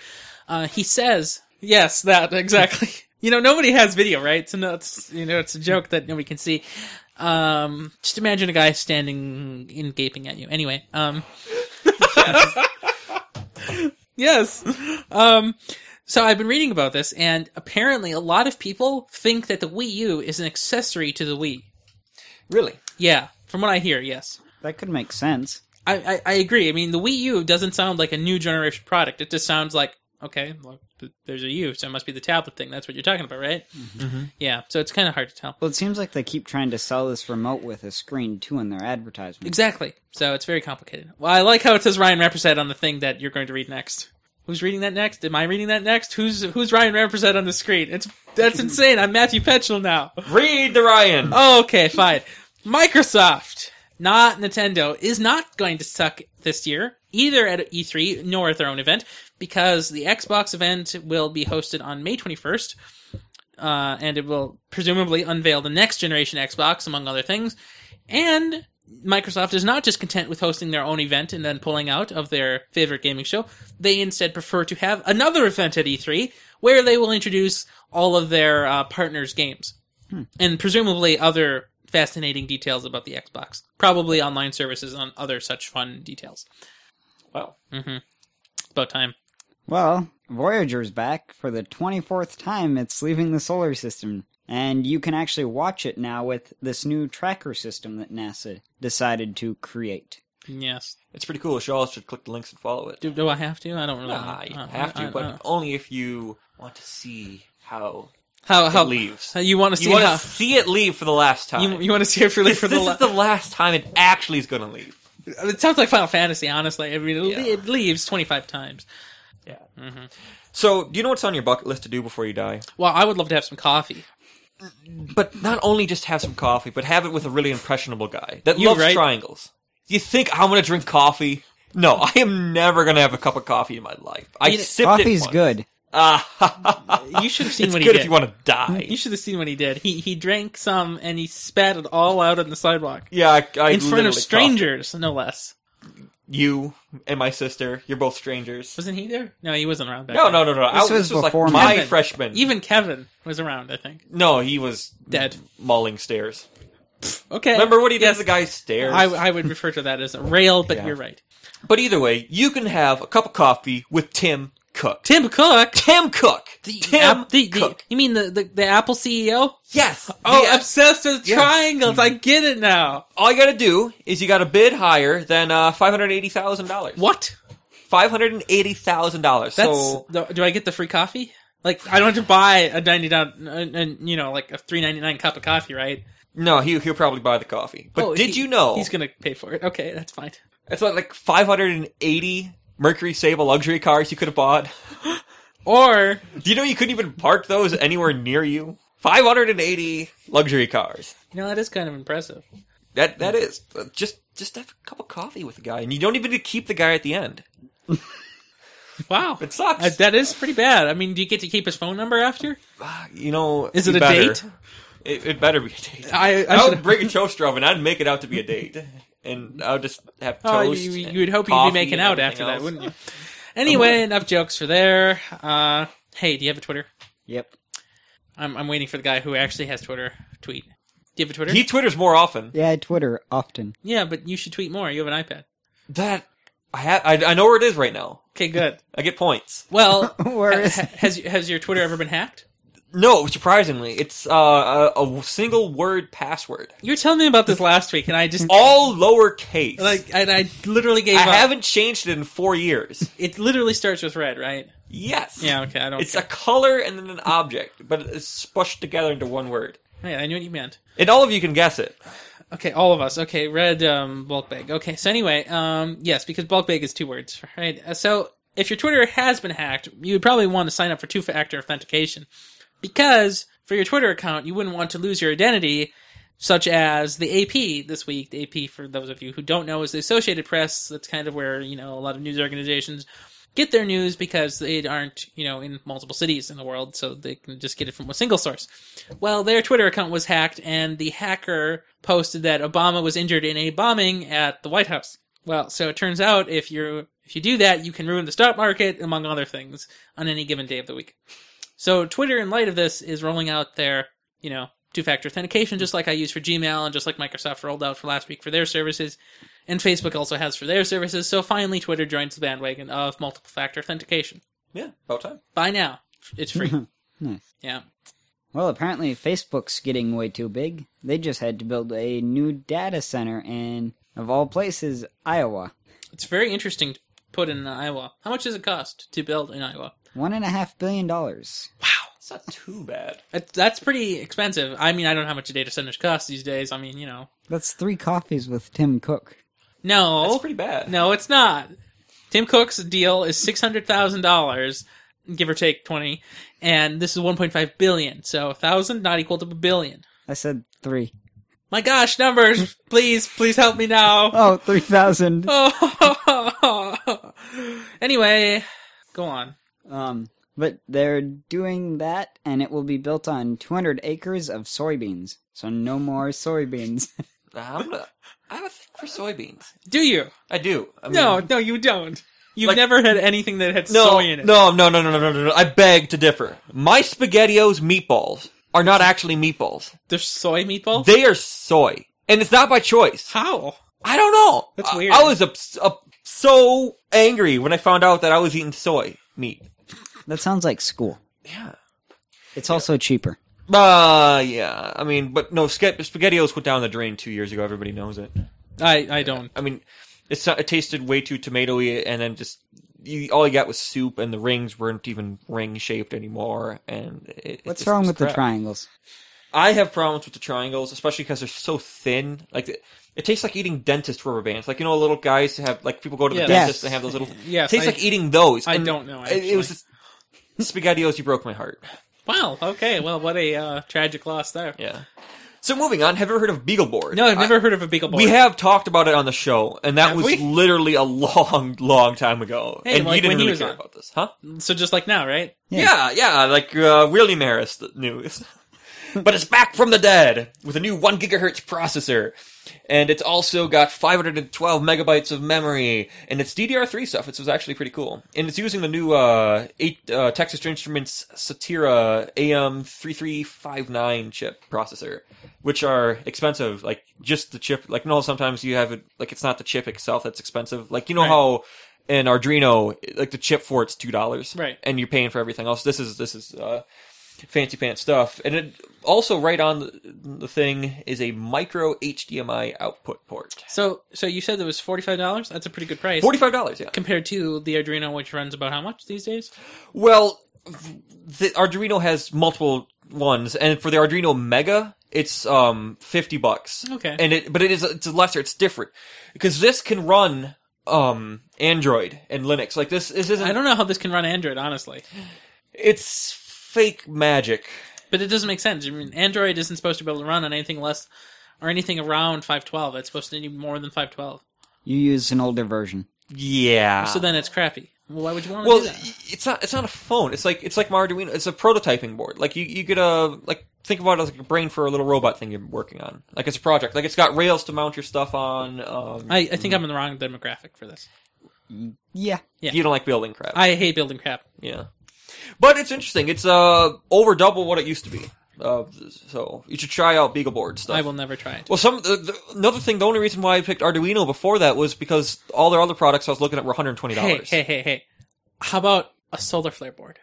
S1: uh, he says, yes, that, exactly. you know, nobody has video, right? So no, it's, you know, it's a joke that nobody can see. Um, just imagine a guy standing and gaping at you. Anyway, um, yes. Um, so I've been reading about this, and apparently a lot of people think that the Wii U is an accessory to the Wii.
S2: Really?
S1: Yeah, from what I hear, yes.
S3: that could make sense.
S1: I, I, I agree. I mean, the Wii U doesn't sound like a new generation product. It just sounds like, okay, well, th- there's a U, so it must be the tablet thing. That's what you're talking about, right? Yeah, so it's kind of hard to tell.
S3: Well, it seems like they keep trying to sell this remote with a screen too in their advertisement.
S1: Exactly. So it's very complicated. Well, I like how it says Ryan Represent on the thing that you're going to read next. Who's reading that next? Am I reading that next? Who's who's Ryan Represent on the screen? It's that's insane. I'm Matthew Petchel now.
S2: Read the Ryan.
S1: Oh. Okay, fine. Microsoft, not Nintendo, is not going to suck this year, either at E3 nor at their own event, because the Xbox event will be hosted on May 21st, uh, and it will presumably unveil the next generation Xbox, among other things. And Microsoft is not just content with hosting their own event and then pulling out of their favorite gaming show. They instead prefer to have another event at E3 where they will introduce all of their uh, partners' games and presumably other fascinating details about the Xbox, probably online services and other such fun details. Mm-hmm.
S2: Wow.
S1: It's about time.
S3: Well, Voyager's back for the 24th time it's leaving the solar system, and you can actually watch it now with this new tracker system that NASA decided to create.
S1: Yes.
S2: It's pretty cool. You should all should click the links and follow it.
S1: Do, do I have to? I don't really Uh,
S2: Nah,
S1: want
S2: you don't have to,
S1: I- I-
S2: but
S1: I-
S2: only if you want to see how
S1: how how
S2: it leaves.
S1: how you want to Oh. see
S2: You want
S1: how
S2: to see it leave for the last time.
S1: you, you want to see it really for the,
S2: this
S1: la-
S2: is the last time it actually is going to leave.
S1: It sounds like Final Fantasy, honestly. I mean, it, le-
S2: Yeah.
S1: it leaves twenty five times.
S2: So, do you know what's on your bucket list to do before you die?
S1: Well, I would love to have some coffee.
S2: But not only just have some coffee, but have it with a really impressionable guy that
S1: You
S2: loves
S1: right.
S2: triangles. You think I'm going to drink coffee? No, I am never going to have a cup of coffee in my life. I
S1: You know,
S2: sipped
S3: Coffee's
S2: it once.
S3: good.
S2: Ah,
S1: You should have seen
S2: it's
S1: what
S2: good
S1: he did.
S2: if you want to
S1: you
S2: die.
S1: should have seen what he did. He he drank some and he spat it all out on the sidewalk
S2: Yeah, I, I
S1: in front
S2: literally
S1: of
S2: coughed.
S1: strangers, no less.
S2: You and my sister, you're both strangers.
S1: Wasn't he there? No, he wasn't around. Back
S2: No,
S1: then.
S2: no, no, no. I
S3: This was
S2: like
S3: before
S2: my
S1: Kevin.
S2: freshman.
S1: Even Kevin was around, I think.
S2: no, he was
S1: Dead.
S2: mauling stairs.
S1: Okay.
S2: Remember what he did
S1: Yes.
S2: to the guy's stairs?
S1: I, I would refer to that as a rail, but
S2: Yeah.
S1: you're right.
S2: But either way, you can have a cup of coffee with Tim Cook. Tim,
S1: Tim Cook.
S2: Cook. Tim
S1: App- the, the-
S2: Cook.
S1: you mean the, the, the Apple E CEO?
S2: yes.
S1: Oh,
S2: The-
S1: obsessed with
S2: Yeah.
S1: triangles. I get it now.
S2: all you got to do is you got to bid higher than uh, five hundred eighty thousand dollars.
S1: What?
S2: Five hundred eighty thousand dollars.
S1: That's
S2: So
S1: do, do I get the free coffee? Like I don't have to buy a ninety down and you know like a three ninety nine cup of coffee, right?
S2: no, he he'll probably buy the coffee. But
S1: Oh,
S2: did
S1: he-
S2: you know
S1: he's gonna pay for it? Okay, that's fine.
S2: it's like, like five hundred and eighty Mercury Sable luxury cars you could have bought?
S1: Or
S2: Do you know you couldn't even park those anywhere near you? Five hundred and eighty luxury cars.
S1: you know that is kind of impressive.
S2: That that is uh, just just have a cup of coffee with the guy, and you don't even keep the guy at the end.
S1: Wow,
S2: It sucks.
S1: Uh, that is pretty bad. I mean, do you get to keep his phone number after?
S2: Ah, you know,
S1: Is
S2: you
S1: it a
S2: better.
S1: date?
S2: It, it better be a date. I,
S1: I, I,
S2: would
S1: should.
S2: bring a toaster oven. I'd make it out to be a date, and I would just have toast.
S1: Oh, you, you-
S2: and
S1: you would hope you'd
S2: coffee
S1: be making
S2: and
S1: out
S2: everything
S1: after that,
S2: else.
S1: wouldn't you? Anyway, enough jokes for there. Uh, hey, do you have a Twitter?
S3: Yep.
S1: I'm I'm waiting for the guy who actually has Twitter tweet. Do you have a Twitter?
S2: He twitters more often.
S3: Yeah, I Twitter often.
S1: yeah, but you should tweet more. You have an iPad.
S2: That I ha- I, I know where it is right now.
S1: Okay, good.
S2: I get points.
S1: Well,
S3: Where is
S1: ha- has has your Twitter ever been hacked?
S2: No, surprisingly, it's uh, a, a single word password,
S1: You were telling me about this last week, and I just
S2: all lowercase.
S1: like, uh, and I literally gave
S2: I
S1: up.
S2: haven't changed it in four years.
S1: It literally starts with red, right?
S2: yes.
S1: Yeah. Okay. I don't.
S2: It's
S1: care.
S2: a color and then an object, but it's smushed together into one word.
S1: Yeah, I knew what you meant.
S2: And all of you can guess it.
S1: Okay, all of us. Okay, red um, bulk bag. Okay, so anyway, um, yes, because bulk bag is two words, right? Uh, So if your Twitter has been hacked, you would probably want to sign up for two factor authentication because for your Twitter account, you wouldn't want to lose your identity, such as the AP this week. The AP, for those of you who don't know, is the Associated Press. That's kind of where you know a lot of news organizations get their news because they aren't you know in multiple cities in the world, so they can just get it from a single source. Well, their Twitter account was hacked, and the hacker posted that Obama was injured in a bombing at the White House. Well, so it turns out if you if you do that, you can ruin the stock market among other things on any given day of the week. So Twitter, in light of this, is rolling out their you know two factor authentication, just like I use for Gmail, and just like Microsoft rolled out for last week for their services, and Facebook also has for their services. So finally, Twitter joins the bandwagon of multiple factor authentication.
S2: Yeah, about time.
S1: By now, it's free.
S3: Nice.
S1: Yeah.
S3: Well, apparently Facebook's getting way too big. They just had to build a new data center in, of all places, Iowa.
S1: It's very interesting to put in Iowa. How much does it cost to build in Iowa?
S3: One and a half billion dollars.
S2: It's not too bad.
S1: That- That's pretty expensive. I mean, I don't know how much a data center costs these days. I mean, you know.
S3: That's three coffees with Tim Cook.
S1: No.
S2: That's pretty bad.
S1: Oh. No, it's not. Tim Cook's deal is six hundred thousand dollars, give or take twenty, and this is one point five billion. So a thousand not equal to a billion.
S3: I said three.
S1: My gosh, numbers! please, please help me now.
S3: Oh, three thousand.
S1: Oh. anyway, go on.
S3: Um, but they're doing that, and it will be built on 200 acres of soybeans. So no more soybeans.
S2: I'm a, I have a thing for soybeans.
S1: Do you?
S2: I do. I mean-
S1: No, no, you don't. You've
S2: Like-
S1: never had anything that had
S2: No,
S1: soy in it.
S2: no, no, no, no, no, no, no, no. I beg to differ. My spaghettios meatballs are not actually meatballs.
S1: There's soy meatballs?
S2: They are soy, and it's not by choice.
S1: How?
S2: I don't know.
S1: That's
S2: I-
S1: weird.
S2: I, was ups- up, so angry when I found out that I was eating soy meat.
S3: that sounds like school.
S2: Yeah.
S3: It's also cheaper.
S2: Uh, yeah. I mean, but no, sca- spaghettios went down the drain two years ago. Everybody knows it.
S1: I, I don't.
S2: I mean, it's not, it tasted way too tomatoey, and then just you, all you got was soup, and the rings weren't even ring shaped anymore. And it- it,
S3: What's
S2: just
S3: wrong
S2: was
S3: with the
S2: crap.
S3: triangles?
S2: I have problems with the triangles, especially because they're so thin. Like it, it tastes like eating dentist rubber bands. Like you know, little guys who have like people go to the
S1: Yes.
S2: dentist
S3: Yes.
S2: and have those little.
S1: Yes,
S2: it tastes
S1: I-
S2: like eating those.
S1: I
S2: and
S1: don't know,
S2: It, it was just, spaghettios. You broke my heart.
S1: Wow, okay, well, what a uh, tragic loss there.
S2: Yeah. So moving on, have you ever heard of Beagleboard?
S1: No, I've
S2: I-
S1: never heard of a beagle board.
S2: We have talked about it on the show, and that
S1: Have
S2: was
S1: we?
S2: literally a long, long time ago.
S1: Hey,
S2: and
S1: like
S2: you
S1: when
S2: didn't
S1: he
S2: really
S1: was
S2: care
S1: on.
S2: about this, huh?
S1: So just like now, right?
S2: Yeah, yeah, like uh, Willie Maris th- news. but it's back from the dead with a new one gigahertz processor, and it's also got 512 megabytes of memory, and it's DDR3 stuff. It's was actually pretty cool, and it's using the new uh, eight uh, Texas Instruments Satira AM3359 chip processor, which are expensive. Like just the chip, like no, sometimes you have it. Like it's not the chip itself that's expensive. Like you know
S1: Right.
S2: how. in Arduino, like the chip for it's two dollars,
S1: Right.
S2: and you're paying for everything else. This is this is uh, fancy pants stuff, and it also right on the, the thing is a micro HDMI output port.
S1: So so you said that was $45? That's a pretty good price.
S2: Forty five dollars, yeah.
S1: Compared to the Arduino, which runs about how much these days?
S2: Well, the Arduino has multiple ones, and for the Arduino Mega, it's um fifty bucks.
S1: Okay.
S2: and it but it is it's lesser, it's different because this can run um Android and Linux. Like this, this isn't.
S1: I don't know how this can run Android, honestly.
S2: It's fake magic.
S1: But it doesn't make sense. I mean, Android isn't supposed to be able to run on anything less or anything around 512. It's supposed to need more than 512.
S3: You use an older version.
S2: Yeah.
S1: So then it's crappy. Well, why would you want to
S2: Ah. Well,
S1: do that?
S2: y- it's not. It's not a phone. It's like it's like my Arduino. It's a prototyping board. Like you, you get a like think about it as like a brain for a little robot thing you're working on. Like it's a project. Like it's got rails to mount your stuff on. Um,
S1: I, I think I'm in the wrong demographic for this.
S3: Yeah.
S1: yeah.
S2: You don't like building crap.
S1: I hate building crap.
S2: yeah, but it's interesting. It's uh over double what it used to be. Uh, so you should try out BeagleBoard stuff.
S1: I will never try it.
S2: Well, some the, the, another thing. The only reason why I picked Arduino before that was because all their other products I was looking at were 120
S1: hey,
S2: dollars.
S1: hey, hey, hey. How about a solar flare board?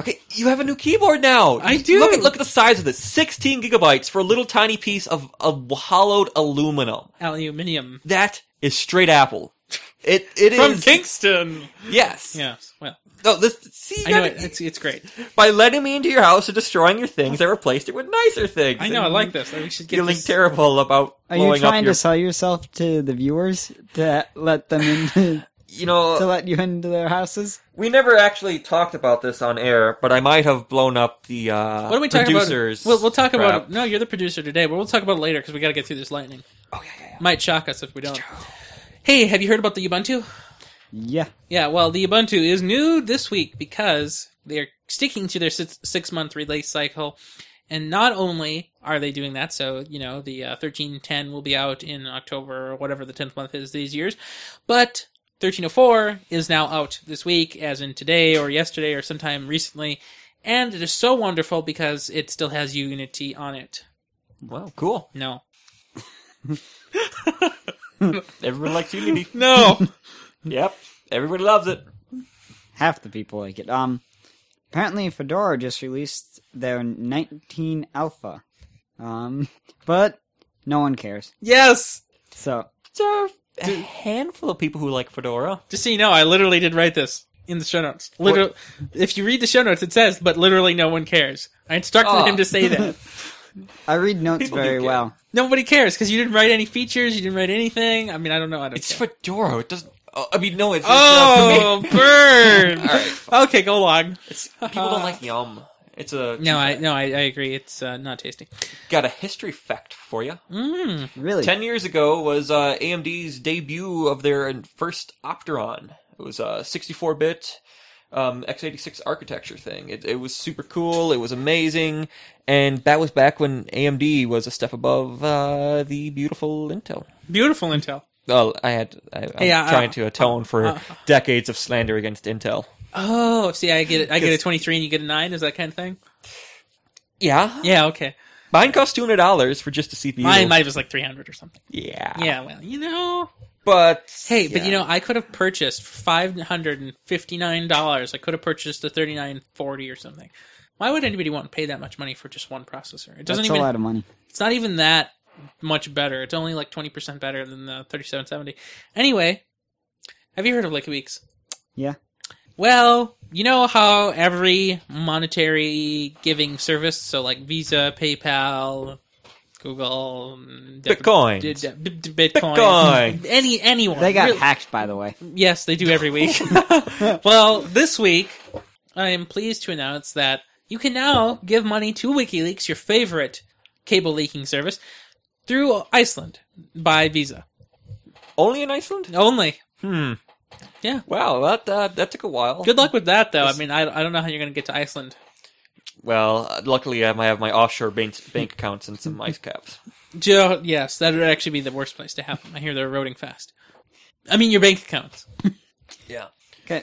S2: Okay, you have a new keyboard now.
S1: I
S2: You-
S1: do.
S2: Look at, look at the size of this: sixteen gigabytes for a little tiny piece of, of hollowed aluminum.
S1: Aluminium
S2: That is straight Apple. It it is
S1: from Kingston.
S2: Yes.
S1: Yes. Well,
S2: No. This see. You
S1: I know
S2: gotta-
S1: it, it's it's great.
S2: by letting me into your house and destroying your things, I replaced it with nicer things.
S1: I know. I
S2: And
S1: like this. We should get
S2: Feeling
S1: this.
S2: terrible about
S3: Are you
S2: blowing
S3: trying
S2: up your.
S3: to sell yourself to the viewers to let them in
S2: you know,
S3: to let you into their houses?
S2: we never actually talked about this on air, but I might have blown up the. Uh,
S1: What are we talking about?
S2: producers
S1: We'll, we'll talk about
S2: crap.
S1: it. No, you're the producer today, but we'll talk about it later because we got to get through this lightning.
S2: Oh yeah, yeah, yeah.
S1: Might shock us if we don't. Hey, have you heard about the Ubuntu?
S3: Yeah.
S1: Yeah, well, the Ubuntu is new this week because they're sticking to their six month release cycle. And not only are they doing that, so, you know, the uh, 1310 will be out in October or whatever the 10th month is these years, but 1304 is now out this week, as in today or yesterday or sometime recently. And it is so wonderful because it still has Unity on it.
S2: Well, cool.
S1: No.
S2: Everyone likes Unity.
S1: No!
S2: yep. Everybody loves it.
S3: half the people like it. Um, apparently Fedora just released their 19 alpha, um, but no one cares.
S1: yes!
S3: So
S2: There are a handful of people who like Fedora.
S1: Just so you know, I literally did write this in the show notes. Literally, if you read the show notes, it says, "But literally, no one cares." I instructed
S2: Aw.
S1: him to say that.
S3: I read notes
S2: People do
S3: very
S2: care.
S3: well.
S1: Nobody cares because you didn't write any features. You didn't write anything. I mean, I don't know. I don't.
S2: It's
S1: care.
S2: Fedora. It doesn't. Oh, I mean, no, it's.
S1: oh, burn!
S2: All right.
S1: Okay, go log.
S2: It's, uh, it's, people don't like Yum. It's a.
S1: No, I no, I, I agree. It's uh, not tasty.
S2: Got a history fact for you.
S1: Mm.
S3: Really,
S2: Ten years ago was uh, AMD's debut of their uh, first Opteron. It was a 64-bit um, x86 architecture thing. It, it was super cool. It was amazing, and that was back when AMD was a step above uh, the beautiful Intel.
S1: Beautiful intel.
S2: Well, I had I, I'm
S1: Hey, uh,
S2: trying
S1: uh,
S2: to atone for decades of slander against Intel.
S1: Oh, see, I get it. I get a
S2: Because-
S1: twenty-three, and you get a nine. Is that kind of thing?
S2: Yeah,
S1: Yeah. Okay.
S2: mine cost two hundred dollars for just a CPU.
S1: Mine, mine was like three hundred or something.
S2: yeah,
S1: Yeah. Well, you know.
S2: but
S1: Hey, but
S2: yeah.
S1: you know, I could have purchased for five hundred and fifty nine dollars. I could have purchased a thirty nine forty or something. Why would anybody want to pay that much money for just one processor? It
S3: that's
S1: doesn't
S3: a
S1: even.
S3: lot of money.
S1: It's not even that much better. It's only like twenty percent better than the thirty seven seventy. Anyway, have you heard of Liquid Weeks?
S3: Yeah.
S1: Well, you know how every monetary giving service, so like Visa, PayPal, Google, debit-
S2: Bitcoins.
S1: d- d- b- d- Bitcoin,
S2: Bitcoin.
S1: any anyone
S3: They got
S1: Uh, really-
S3: hacked, by the way.
S1: Yes, they do every week. well, this week, I am pleased to announce that you can now give money to WikiLeaks, your favorite cable leaking service, through Iceland by Visa.
S2: only in Iceland.
S1: Only.
S2: Hmm.
S1: Yeah.
S2: Wow, that uh, that took a while.
S1: Good luck with that, though. I mean, I, I don't know how you're going to get to Iceland.
S2: Well, uh, luckily I might have my offshore bank, bank accounts and some ice caps.
S1: Joe, yes, that would actually be the worst place to have them. I hear they're eroding fast. I mean, your bank accounts.
S2: Yeah.
S3: Okay.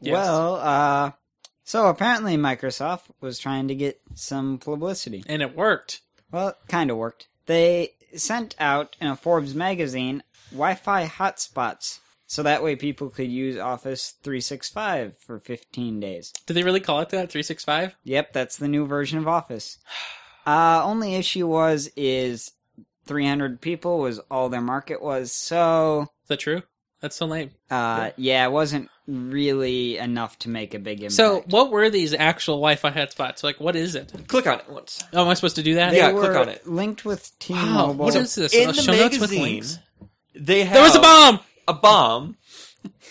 S1: Yes.
S3: Well, uh, so apparently Microsoft was trying to get some publicity.
S1: And it worked.
S3: Well, it kind of worked. They sent out in a Forbes magazine Wi Fi hotspots so that way people could use Office 365 for 15 days.
S1: Did they really call it that? 365?
S3: Yep, that's the new version of Office. Uh, only issue was is 300 people was all their market was, so
S1: Is that true? That's so lame.
S3: uh, yeah, it wasn't really enough to make a big impact.
S1: So, what were these actual Wi Fi hotspots? Like, what is it?
S2: Click on it once.
S1: Oh, am I supposed to do that?
S3: they
S2: Yeah,
S3: were
S2: click on it.
S3: Linked with
S1: Wow,
S3: T-Mobile.
S1: what is this?
S2: in
S1: Uh,
S2: the
S1: show notes with
S2: magazine,
S1: links?
S2: They have
S1: There was a bomb!
S2: A bomb.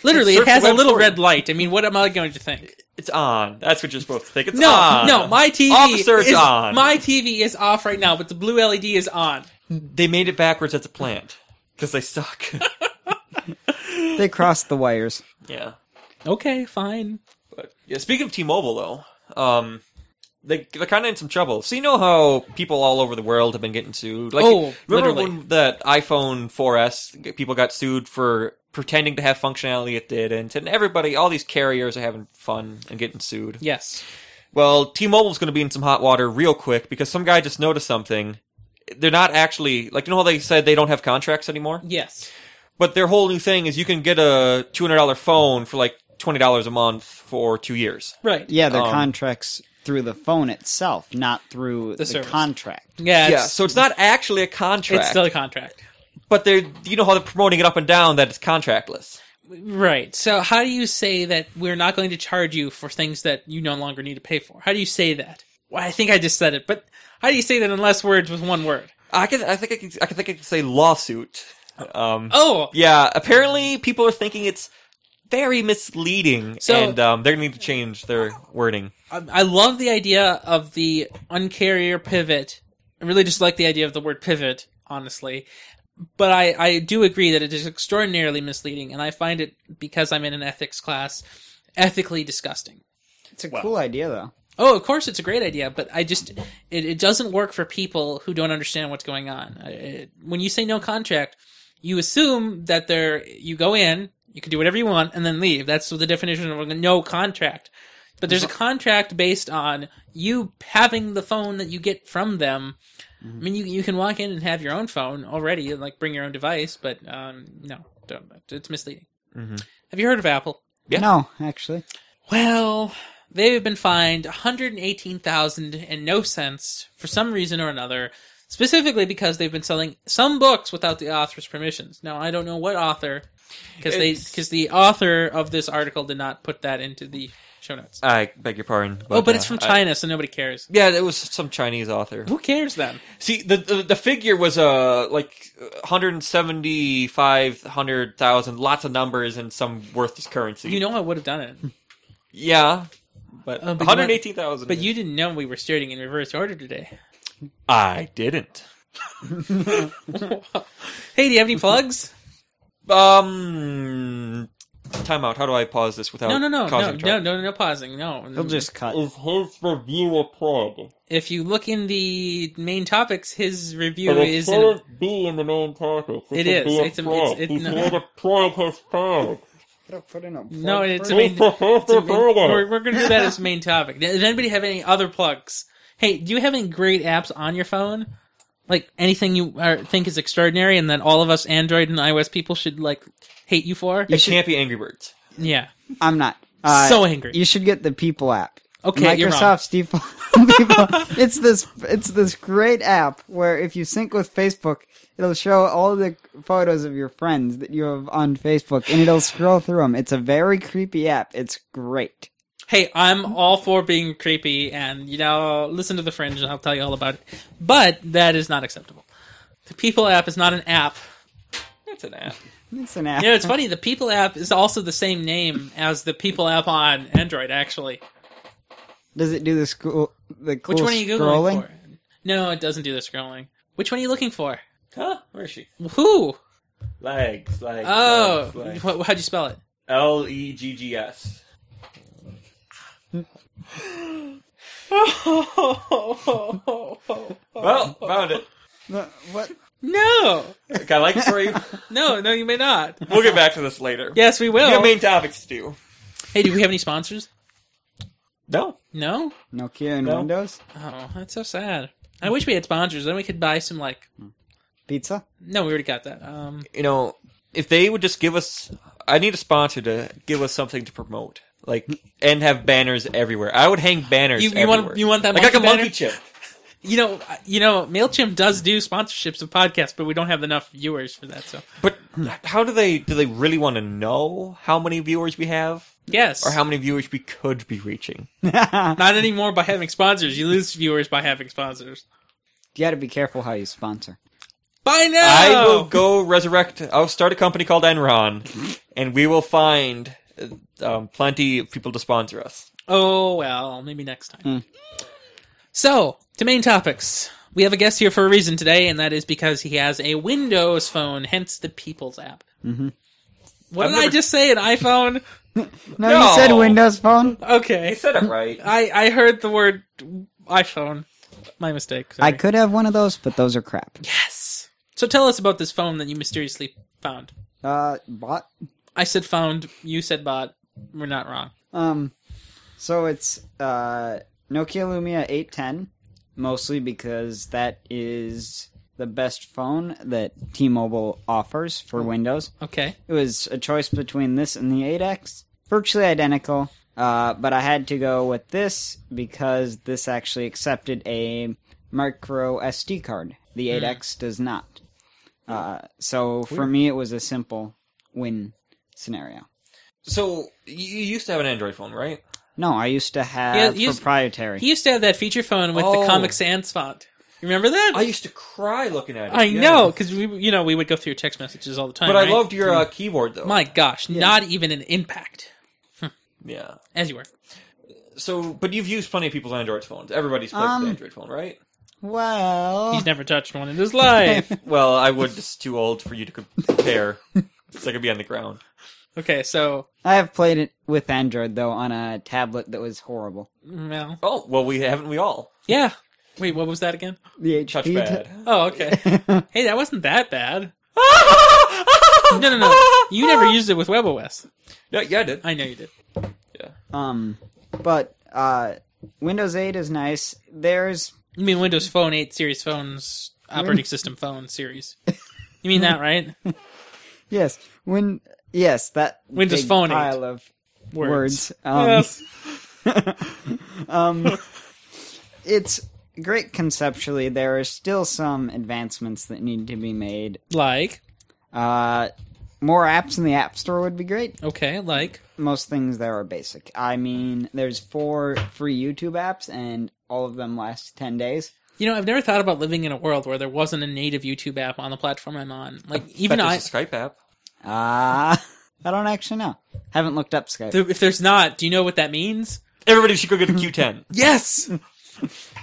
S1: Literally,
S2: Surf
S1: it has
S2: the
S1: a
S2: web
S1: little
S2: for it.
S1: red light. I mean, what am I going to think?
S2: It's on. That's what you're supposed to think. It's
S1: No,
S2: on.
S1: no, my TV
S2: Officer, it's
S1: is
S2: on.
S1: my TV is off right now, but the blue LED is on.
S2: They made it backwards at the plant because they suck.
S3: They crossed the wires.
S2: yeah.
S1: Okay, fine.
S2: But yeah, speaking of T-Mobile though, um, they they're kind of in some trouble. So you know how people all over the world have been getting sued. Like,
S1: Oh,
S2: remember
S1: literally.
S2: when that iPhone 4S people got sued for pretending to have functionality it didn't, and everybody, all these carriers are having fun and getting sued.
S1: Yes.
S2: Well, T-Mobile's going to be in some hot water real quick because some guy just noticed something. They're not actually like you know how they said they don't have contracts anymore.
S1: Yes.
S2: But their whole new thing is you can get a two hundred dollar phone for like twenty dollars a month for two years.
S1: Right.
S3: Yeah, their
S2: Um,
S3: contracts through the phone itself, not through the,
S1: service.
S3: contract.
S1: Yeah. It's,
S2: yeah, so it's not actually a contract,
S1: it's still a contract.
S2: but they're you know how they're promoting it up and down that it's contractless.
S1: Right. So how do you say that we're not going to charge you for things that you no longer need to pay for? How do you say that? Well, I think I just said it, but how do you say that in less words with one word?
S2: I can I think I can, I can think I can say lawsuit. Um,
S1: Oh,
S2: Yeah, apparently people are thinking it's very misleading,
S1: So-
S2: and um, they're going to need to change their wording.
S1: I Um, I love the idea of the uncarrier pivot. I really just like the idea of the word pivot, honestly. But I, I do agree that it is extraordinarily misleading, and I find it, because I'm in an ethics class, ethically disgusting.
S3: It's a cool idea, though.
S1: Oh, of course, it's a great idea, but I just, it, it doesn't work for people who don't understand what's going on. I- It, when you say no contract, you assume that there, you go in, you can do whatever you want, and then leave. That's the definition of a no contract. But there's a contract based on you having the phone that you get from them. I mean, you you can walk in and have your own phone already, and like bring your own device, but um, no, don't, it's misleading.
S2: Mhm.
S1: Have you heard of Apple?
S2: Yeah.
S3: No, actually.
S1: Well, they have been fined 118,000 and no cents for some reason or another, specifically because they've been selling some books without the author's permissions. Now, I don't know what author because they
S2: It's-
S1: because the author of this article did not put that into the show notes.
S2: I beg your pardon.
S1: oh, but it's
S2: uh,
S1: from
S2: I-
S1: China, so nobody cares.
S2: yeah, it was some Chinese author.
S1: Who cares then?
S2: See, the the, the figure was uh like 175, 100,000, lots of numbers and some worthless currency.
S1: You know I would have done it.
S2: yeah, but,
S1: Uh, but you know-
S2: 118,000.
S1: But you didn't know we were starting in reverse order today.
S2: I didn't.
S1: Hey, do you have any plugs?
S2: Um time out. How do I pause this without
S1: No, no, no, no,
S2: causing
S1: no, no, no pausing. No,
S3: He'll just cut.
S2: Is his review applaud?
S1: if you look in the main topics, his review
S2: But it
S1: is in a-
S2: shouldn't be in the main topics.
S1: It
S2: should
S1: is.
S2: Be a
S1: It's a-
S2: plug.
S1: it's- it's
S2: He's
S1: not-
S2: here to plug his phone.
S1: No, it's a
S2: He's
S1: main-
S2: the first
S1: It's a main-
S2: reporter.
S1: we're we're going to do that as main topic. Does anybody have any other plugs? Hey, do you have any great apps on your phone? Like anything you are, think is extraordinary, and that all of us Android and iOS people should like hate you for?
S2: It can't be Angry Birds.
S1: Yeah.
S3: I'm not. Uh,
S1: So angry.
S3: You should get the People app.
S1: Okay, you're wrong.
S3: Microsoft's default. People, it's this. It's this great app where if you sync with Facebook, it'll show all the photos of your friends that you have on Facebook, and it'll scroll through them. It's a very creepy app. It's great.
S1: Hey, I'm all for being creepy, and you know, listen to the fringe, and I'll tell you all about it. But that is not acceptable. The People app is not an app.
S2: That's an app.
S3: It's an app.
S1: You know, it's funny. The People app is also the same name as the People app on Android. Actually,
S3: Does it do the school? The cool
S1: which one are you
S3: scrolling?
S1: googling for? No, it doesn't do the scrolling. Which one are you looking for?
S2: Huh? Where is she?
S1: Who?
S2: Legs, legs.
S1: Oh,
S2: legs, legs.
S1: wh- how'd you spell it?
S2: L E G G S. Well, found it.
S3: No, What?
S1: no,
S2: Got like it for you.
S1: no, no, you may not.
S2: We'll get back to this later.
S1: Yes, we will.
S2: We have main topics to do.
S1: hey, do we have any sponsors?
S2: No.
S1: No.
S3: Nokia and
S2: No.
S3: Windows
S1: Oh, that's so sad. I wish we had sponsors. Then we could buy some like.
S3: pizza.
S1: No, we already got that. Um,
S2: you know, if they would just give us, I need a sponsor to give us something to promote, like, and have banners everywhere. I would hang banners.
S1: You- you
S2: everywhere.
S1: want- you want that
S2: Like, like a
S1: monkey banner?
S2: monkey chip.
S1: you know, uh, you know, Mailchimp does do sponsorships of podcasts, but we don't have enough viewers for that. So
S2: But how do they? Do they really want to know how many viewers we have,
S1: yes,
S2: or how many viewers we could be reaching?
S1: not anymore by having sponsors. You lose viewers by having sponsors.
S3: You got to be careful how you sponsor.
S1: By now,
S2: I will go resurrect. I'll start a company called Enron, and we will find um, plenty of people to sponsor us.
S1: Oh well, maybe next time.
S2: Hmm.
S1: So, to main topics. We have a guest here for a reason today, and that is because he has a Windows phone, hence the People's app. Mm-hmm. What
S2: I've
S1: did I
S2: never-
S1: just say? An iPhone?
S3: No,
S2: No.
S3: you said Windows Phone.
S1: Okay,
S2: said it right.
S1: I I heard the word iPhone. My mistake.
S3: I
S1: Sorry.
S3: could have one of those, but those are crap.
S1: yes. So tell us about this phone that you mysteriously found.
S3: Uh, bought
S1: I said found. You said bought. We're not wrong.
S3: Um, so it's uh, Nokia Lumia 810, mostly because that is the best phone that T-Mobile offers for Windows.
S1: Okay.
S3: It was a choice between this and the 8X. virtually identical. Uh, but I had to go with this because this actually accepted a micro SD card. The 8X does not. Uh, so for me, it was a simple win scenario.
S2: So you you used to have an Android phone, right?
S3: No, I used to
S1: Yeah,
S3: have
S1: you used-
S3: proprietary.
S1: He used to have that feature phone with
S2: Oh.
S1: the Comic Sans font. You remember that?
S2: I used to cry looking at it.
S1: I
S2: yeah.
S1: know, because we, you know, we would go through text messages all the time.
S2: but
S1: right? Mm.
S2: I loved your uh, keyboard though.
S1: My gosh, not even an impact.
S2: Yeah.
S1: As you were.
S2: So, but you've used plenty of people's Android phones. Everybody's played
S3: Um,
S2: with Android phone, right?
S3: well,
S1: He's never touched one in his life.
S2: Well, I would. It's too old for you to compare. it's like it'd be on the ground.
S1: okay, so,
S3: I have played it with Android though on a tablet that was horrible.
S1: well,
S2: Oh well, we haven't we all
S1: yeah. Wait, what was that again?
S3: The HP.
S2: touchpad.
S1: Oh, okay.
S3: t-
S1: hey, that wasn't that bad. No, no, no. You never used it with WebOS.
S2: Yeah, yeah, I did.
S1: I know you did.
S3: um, but uh, Windows 8 is nice. There's
S1: You mean Windows Phone 8 series phones, operating system phone series. You mean that, right?
S3: yes, when yes that
S1: Windows
S3: big
S1: Phone 8.
S3: pile of words. Um,
S1: Yes.
S3: um, it's great conceptually. There are still some advancements that need to be made.
S1: Like,
S3: Uh, more apps in the App Store would be great.
S1: okay, like.
S3: Most things there are basic. I mean, there's four free YouTube apps, and all of them last ten days.
S1: You know, I've never thought about living in a world where there wasn't a native YouTube app on the platform I'm on. Like, even
S2: Bet
S1: I,
S2: there's a Skype app.
S3: Ah, I don't actually know. Haven't looked up Skype.
S1: Th- if there's not, do you know what that means?
S2: Everybody should go get a Q10.
S1: Yes.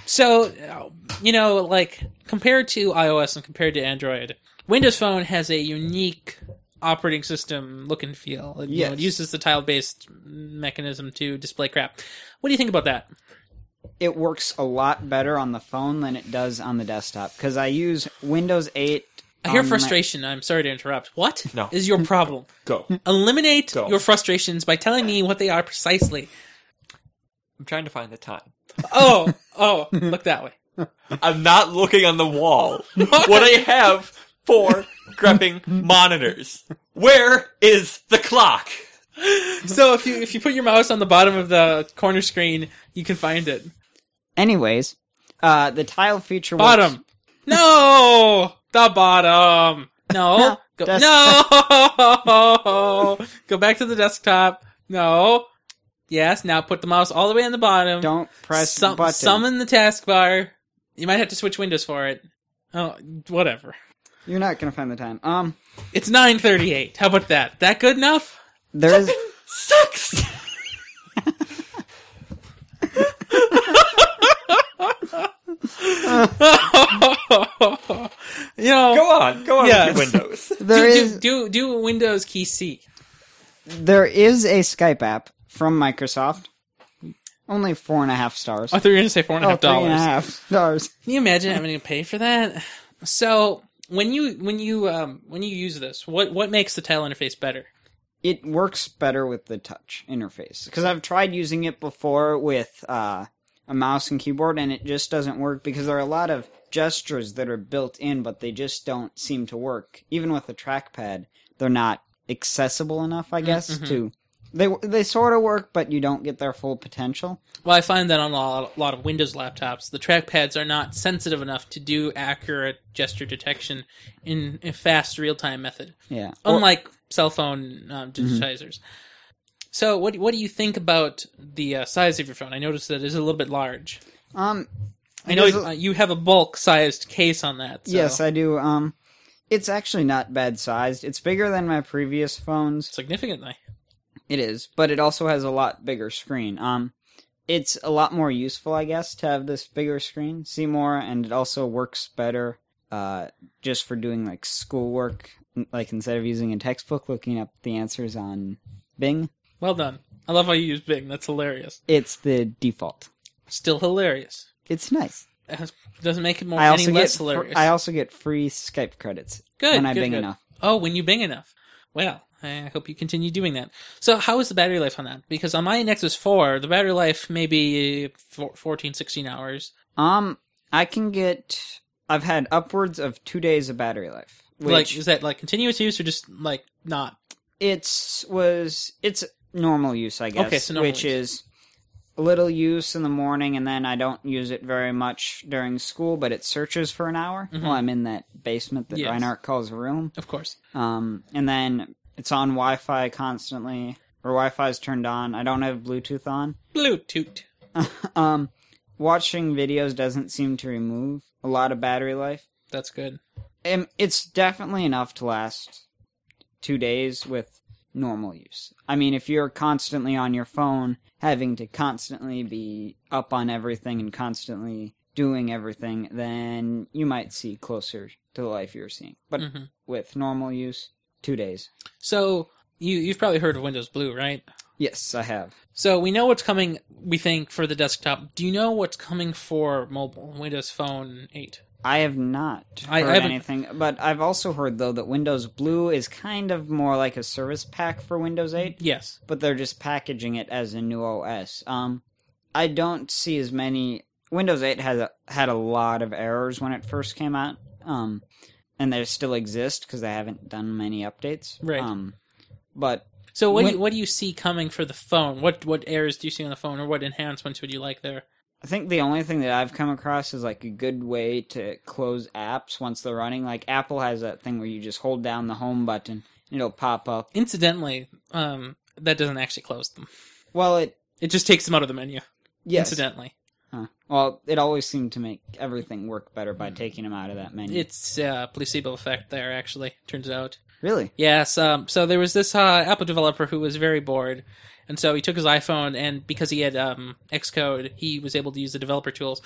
S1: so, uh, you know, like compared to iOS and compared to Android, Windows Phone has a unique operating system look and feel. It, you know, it
S3: Yes.
S1: uses the tile-based mechanism to display crap. What do you think about that?
S3: it works a lot better on the phone than it does on the desktop because I use Windows 8.
S1: I hear
S3: on my-
S1: frustration. I'm sorry to interrupt. What is
S2: No.
S1: your problem?
S2: Go.
S1: Eliminate
S2: Go.
S1: your frustrations by telling me what they are precisely.
S2: I'm trying to find the time.
S1: Oh, oh, look that way.
S2: I'm not looking on the wall. what I have for grepping monitors. Where is the clock?
S1: So if you if you put your mouse on the bottom of the corner screen, you can find it.
S3: Anyways, uh, the tile feature works-
S1: Bottom. No, the bottom. No, go,
S3: Desk-
S1: no. go back to the desktop. No. Yes. Now put the mouse all the way on the bottom.
S3: Don't press
S1: Sum-
S3: button.
S1: Summon the taskbar. You might have to switch windows for it. Oh, whatever.
S3: You're not gonna find the time. Um,
S1: It's nine thirty-eight. How about that? That good enough?
S3: there is
S2: Sucks.
S1: you know.
S2: Go on. Go on
S1: Yes.
S2: with your Windows.
S3: there
S1: do,
S3: is
S1: do, do do Windows key C.
S3: there is a Skype app from Microsoft. Only four and a half stars.
S1: I thought you were going to say four and a
S3: Oh,
S1: half
S3: three and a
S1: dollars.
S3: half stars.
S1: Can you imagine having to pay for that? So when you when you um, when you use this, what what makes the tile interface better?
S3: It works better with the touch interface because I've tried using it before with uh, a mouse and keyboard, and it just doesn't work because there are a lot of gestures that are built in, but they just don't seem to work. Even with a trackpad, they're not accessible enough, I guess.
S1: Mm-hmm.
S3: To they they sort of work, but you don't get their full potential.
S1: Well, I find that on a lot, a lot of Windows laptops, the trackpads are not sensitive enough to do accurate gesture detection in a fast real time method,
S3: Yeah.
S1: unlike cell phone um,
S3: Mm-hmm.
S1: digitizers. So, what what do you think about the uh, size of your phone? I noticed that it is a little bit large.
S3: Um.
S1: I know
S3: there's a-
S1: uh, you have a bulk sized case on that. So
S3: Yes, I do. Um, it's actually not bad sized. It's bigger than my previous phones.
S1: significantly.
S3: It is, but it also has a lot bigger screen. Um, it's a lot more useful, I guess, to have this bigger screen, see more, and it also works better. Uh, just for doing like schoolwork, like instead of using a textbook, looking up the answers on Bing,
S1: Well done. I love how you use Bing. That's hilarious.
S3: it's the default.
S1: Still hilarious.
S3: It's nice.
S1: Doesn't make it more
S3: I
S1: any
S3: also get
S1: less
S3: fr-
S1: hilarious.
S3: I also get free Skype credits
S1: Good,
S3: when I
S1: good,
S3: Bing
S1: good.
S3: enough.
S1: Oh, when you Bing enough. Well, I hope you continue doing that. So, how is the battery life on that? Because on my Nexus 4, the battery life may be four- 14, 16 hours.
S3: Um, I can get. I've had upwards of two days of battery life, which
S1: like, is that like continuous use or just like not?
S3: it's was it's normal use, I guess.
S1: Okay, so normal
S3: which
S1: use.
S3: is a little use in the morning, and then I don't use it very much during school. But it searches for an hour while I'm in that basement that
S1: Mm-hmm. Yes.
S3: Reinhardt calls a room.
S1: Of course.
S3: Um, and then it's on Wi-Fi constantly, or Wi-Fi's turned on. I don't have Bluetooth on.
S1: Bluetooth.
S3: Um, watching videos doesn't seem to remove a lot of battery life.
S1: That's good.
S3: Um, it's definitely enough to last two days with normal use. I mean, if you're constantly on your phone, having to constantly be up on everything and constantly doing everything, then you might see closer to the life you're seeing. But
S1: Mhm.
S3: with normal use, two days.
S1: So you you've probably heard of Windows Blue, right?
S3: Yes, I have.
S1: So we know what's coming. We think for the desktop. Do you know what's coming for mobile Windows Phone Eight?
S3: I have not
S1: I- I
S3: heard
S1: haven't-
S3: anything, but I've also heard though that Windows Blue is kind of more like a service pack for Windows 8.
S1: Yes.
S3: but they're just packaging it as a new OS. Um, I don't see as many. Windows 8 had a, had a lot of errors when it first came out, um, and they still exist because they haven't done many updates.
S1: Right.
S3: Um, but
S1: So what do
S3: When-
S1: you, what do you see coming for the phone? What what errors do you see on the phone, or what enhancements would you like there?
S3: I think the only thing that I've come across is like a good way to close apps once they're running. Like Apple has that thing where you just hold down the home button and it'll pop up.
S1: Incidentally, um, that doesn't actually close them.
S3: Well, it
S1: It just takes them out of the menu.
S3: yes.
S1: Incidentally,
S3: Huh. Well, it always seemed to make everything work better by taking them out of that menu.
S1: it's uh, placebo effect there. Actually, turns out.
S3: really
S1: Yes. Um, so there was this uh, Apple developer who was very bored, and so he took his iPhone and because he had um, Xcode, he was able to use the developer tools,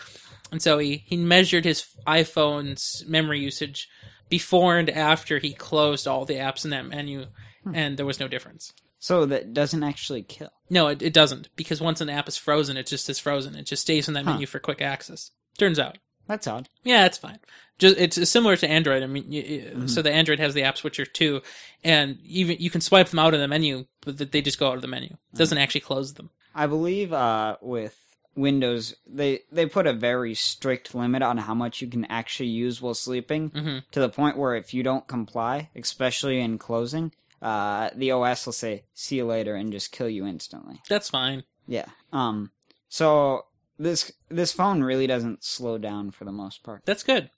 S1: and so he he measured his iPhone's memory usage before and after he closed all the apps in that menu, and there was no difference.
S3: So that doesn't actually kill.
S1: No, it, it doesn't because once an app is frozen, it just is frozen. It just stays in that
S3: Huh.
S1: menu for quick access. Turns out.
S3: That's odd.
S1: Yeah, it's fine. Just it's similar to Android. I mean, you, you-
S3: Mm-hmm.
S1: so the Android has the app switcher too, and even you can swipe them out of the menu, but th- they just go out of the menu. It doesn't
S3: Mm-hmm.
S1: actually close them.
S3: I believe uh, with Windows, they they put a very strict limit on how much you can actually use while sleeping,
S1: Mhm.
S3: to the point where if you don't comply, especially in closing, uh, the OS will say "see you later" and just kill you instantly.
S1: That's fine.
S3: Yeah. Um. So this this phone really doesn't slow down for the most part.
S1: That's good.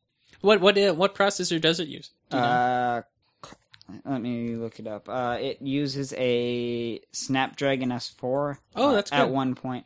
S1: What what uh, what processor does it use? Do you know?
S3: Uh, c- let me look it up. Uh, it uses a Snapdragon S4.
S1: Oh,
S3: uh,
S1: that's
S3: at
S1: good.
S3: 1.5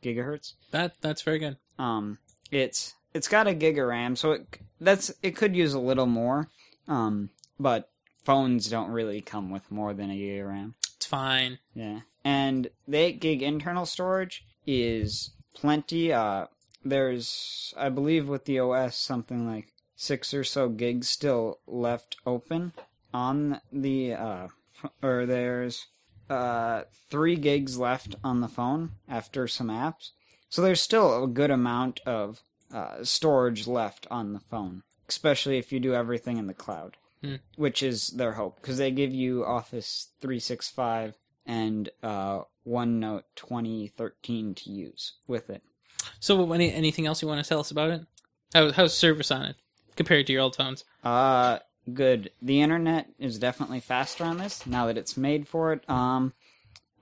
S3: gigahertz.
S1: That that's very good.
S3: Um, it's it's got a gig of RAM, so it c- that's it could use a little more. Um, but phones don't really come with more than a gig of RAM.
S1: It's fine.
S3: Yeah, and the eight gig internal storage is plenty. Uh, there's I believe with the OS something like six or so gigs still left open on the uh, f- or there's uh three gigs left on the phone after some apps, so there's still a good amount of uh, storage left on the phone, especially if you do everything in the cloud,
S1: Hmm.
S3: which is their hope because they give you Office three six five and uh, OneNote 2013 to use with it.
S1: So any anything else you want to tell us about it? How how's service on it compared to your old phones?
S3: Uh, good. The internet is definitely faster on this now that it's made for it. Um,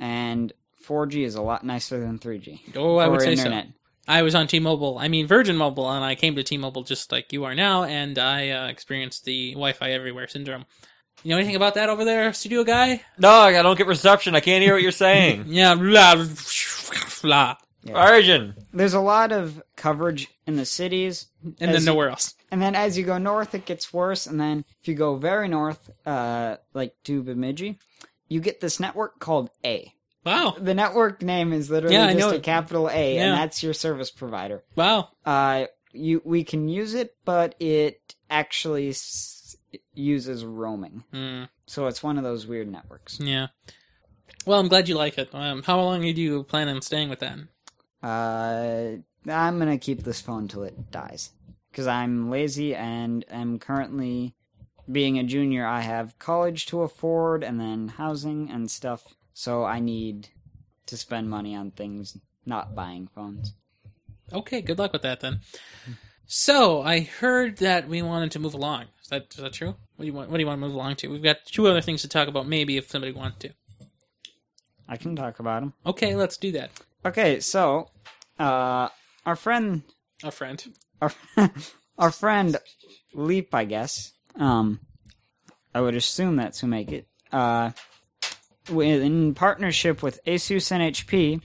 S3: and 4G is a lot nicer than 3G.
S1: Oh, I would
S3: for
S1: say so.
S3: internet.
S1: I was on T-Mobile. I mean Virgin Mobile, and I came to T-Mobile just like you are now, and I uh, experienced the Wi-Fi everywhere syndrome. You know anything about that over there, studio guy?
S2: No, I don't get reception. I can't hear what you're saying.
S1: Yeah, blah, blah,
S2: Origin.
S3: There's a lot of coverage in the cities,
S1: and
S3: As
S1: then
S3: you-
S1: nowhere else.
S3: and then as you go north, it gets worse. And then if you go very north, uh, like to Bemidji, you get this network called A.
S1: Wow,
S3: The network name is literally
S1: Yeah, I
S3: just
S1: know.
S3: a capital A,
S1: Yeah.
S3: and that's your service provider.
S1: wow.
S3: uh you we can use it but it actually s- uses roaming
S1: Hmm,
S3: so it's one of those weird networks
S1: yeah. Well, I'm glad you like it. Um, how long do you plan on staying with that?
S3: uh i'm gonna keep this phone till it dies because i'm lazy and am currently being a junior i have college to afford and then housing and stuff so i need to spend money on things not buying phones
S1: Okay, good luck with that then. So I heard that we wanted to move along. Is that is that true? What do you want? What do you want to move along to? We've got two other things to talk about. Maybe if somebody wanted to.
S3: I can talk about them.
S1: Okay, let's do that.
S3: Okay, so uh, our friend,
S1: A friend.
S3: our, our friend Leap, I guess. Um, I would assume that's who make it. Uh, with- in partnership with ASUS NHP,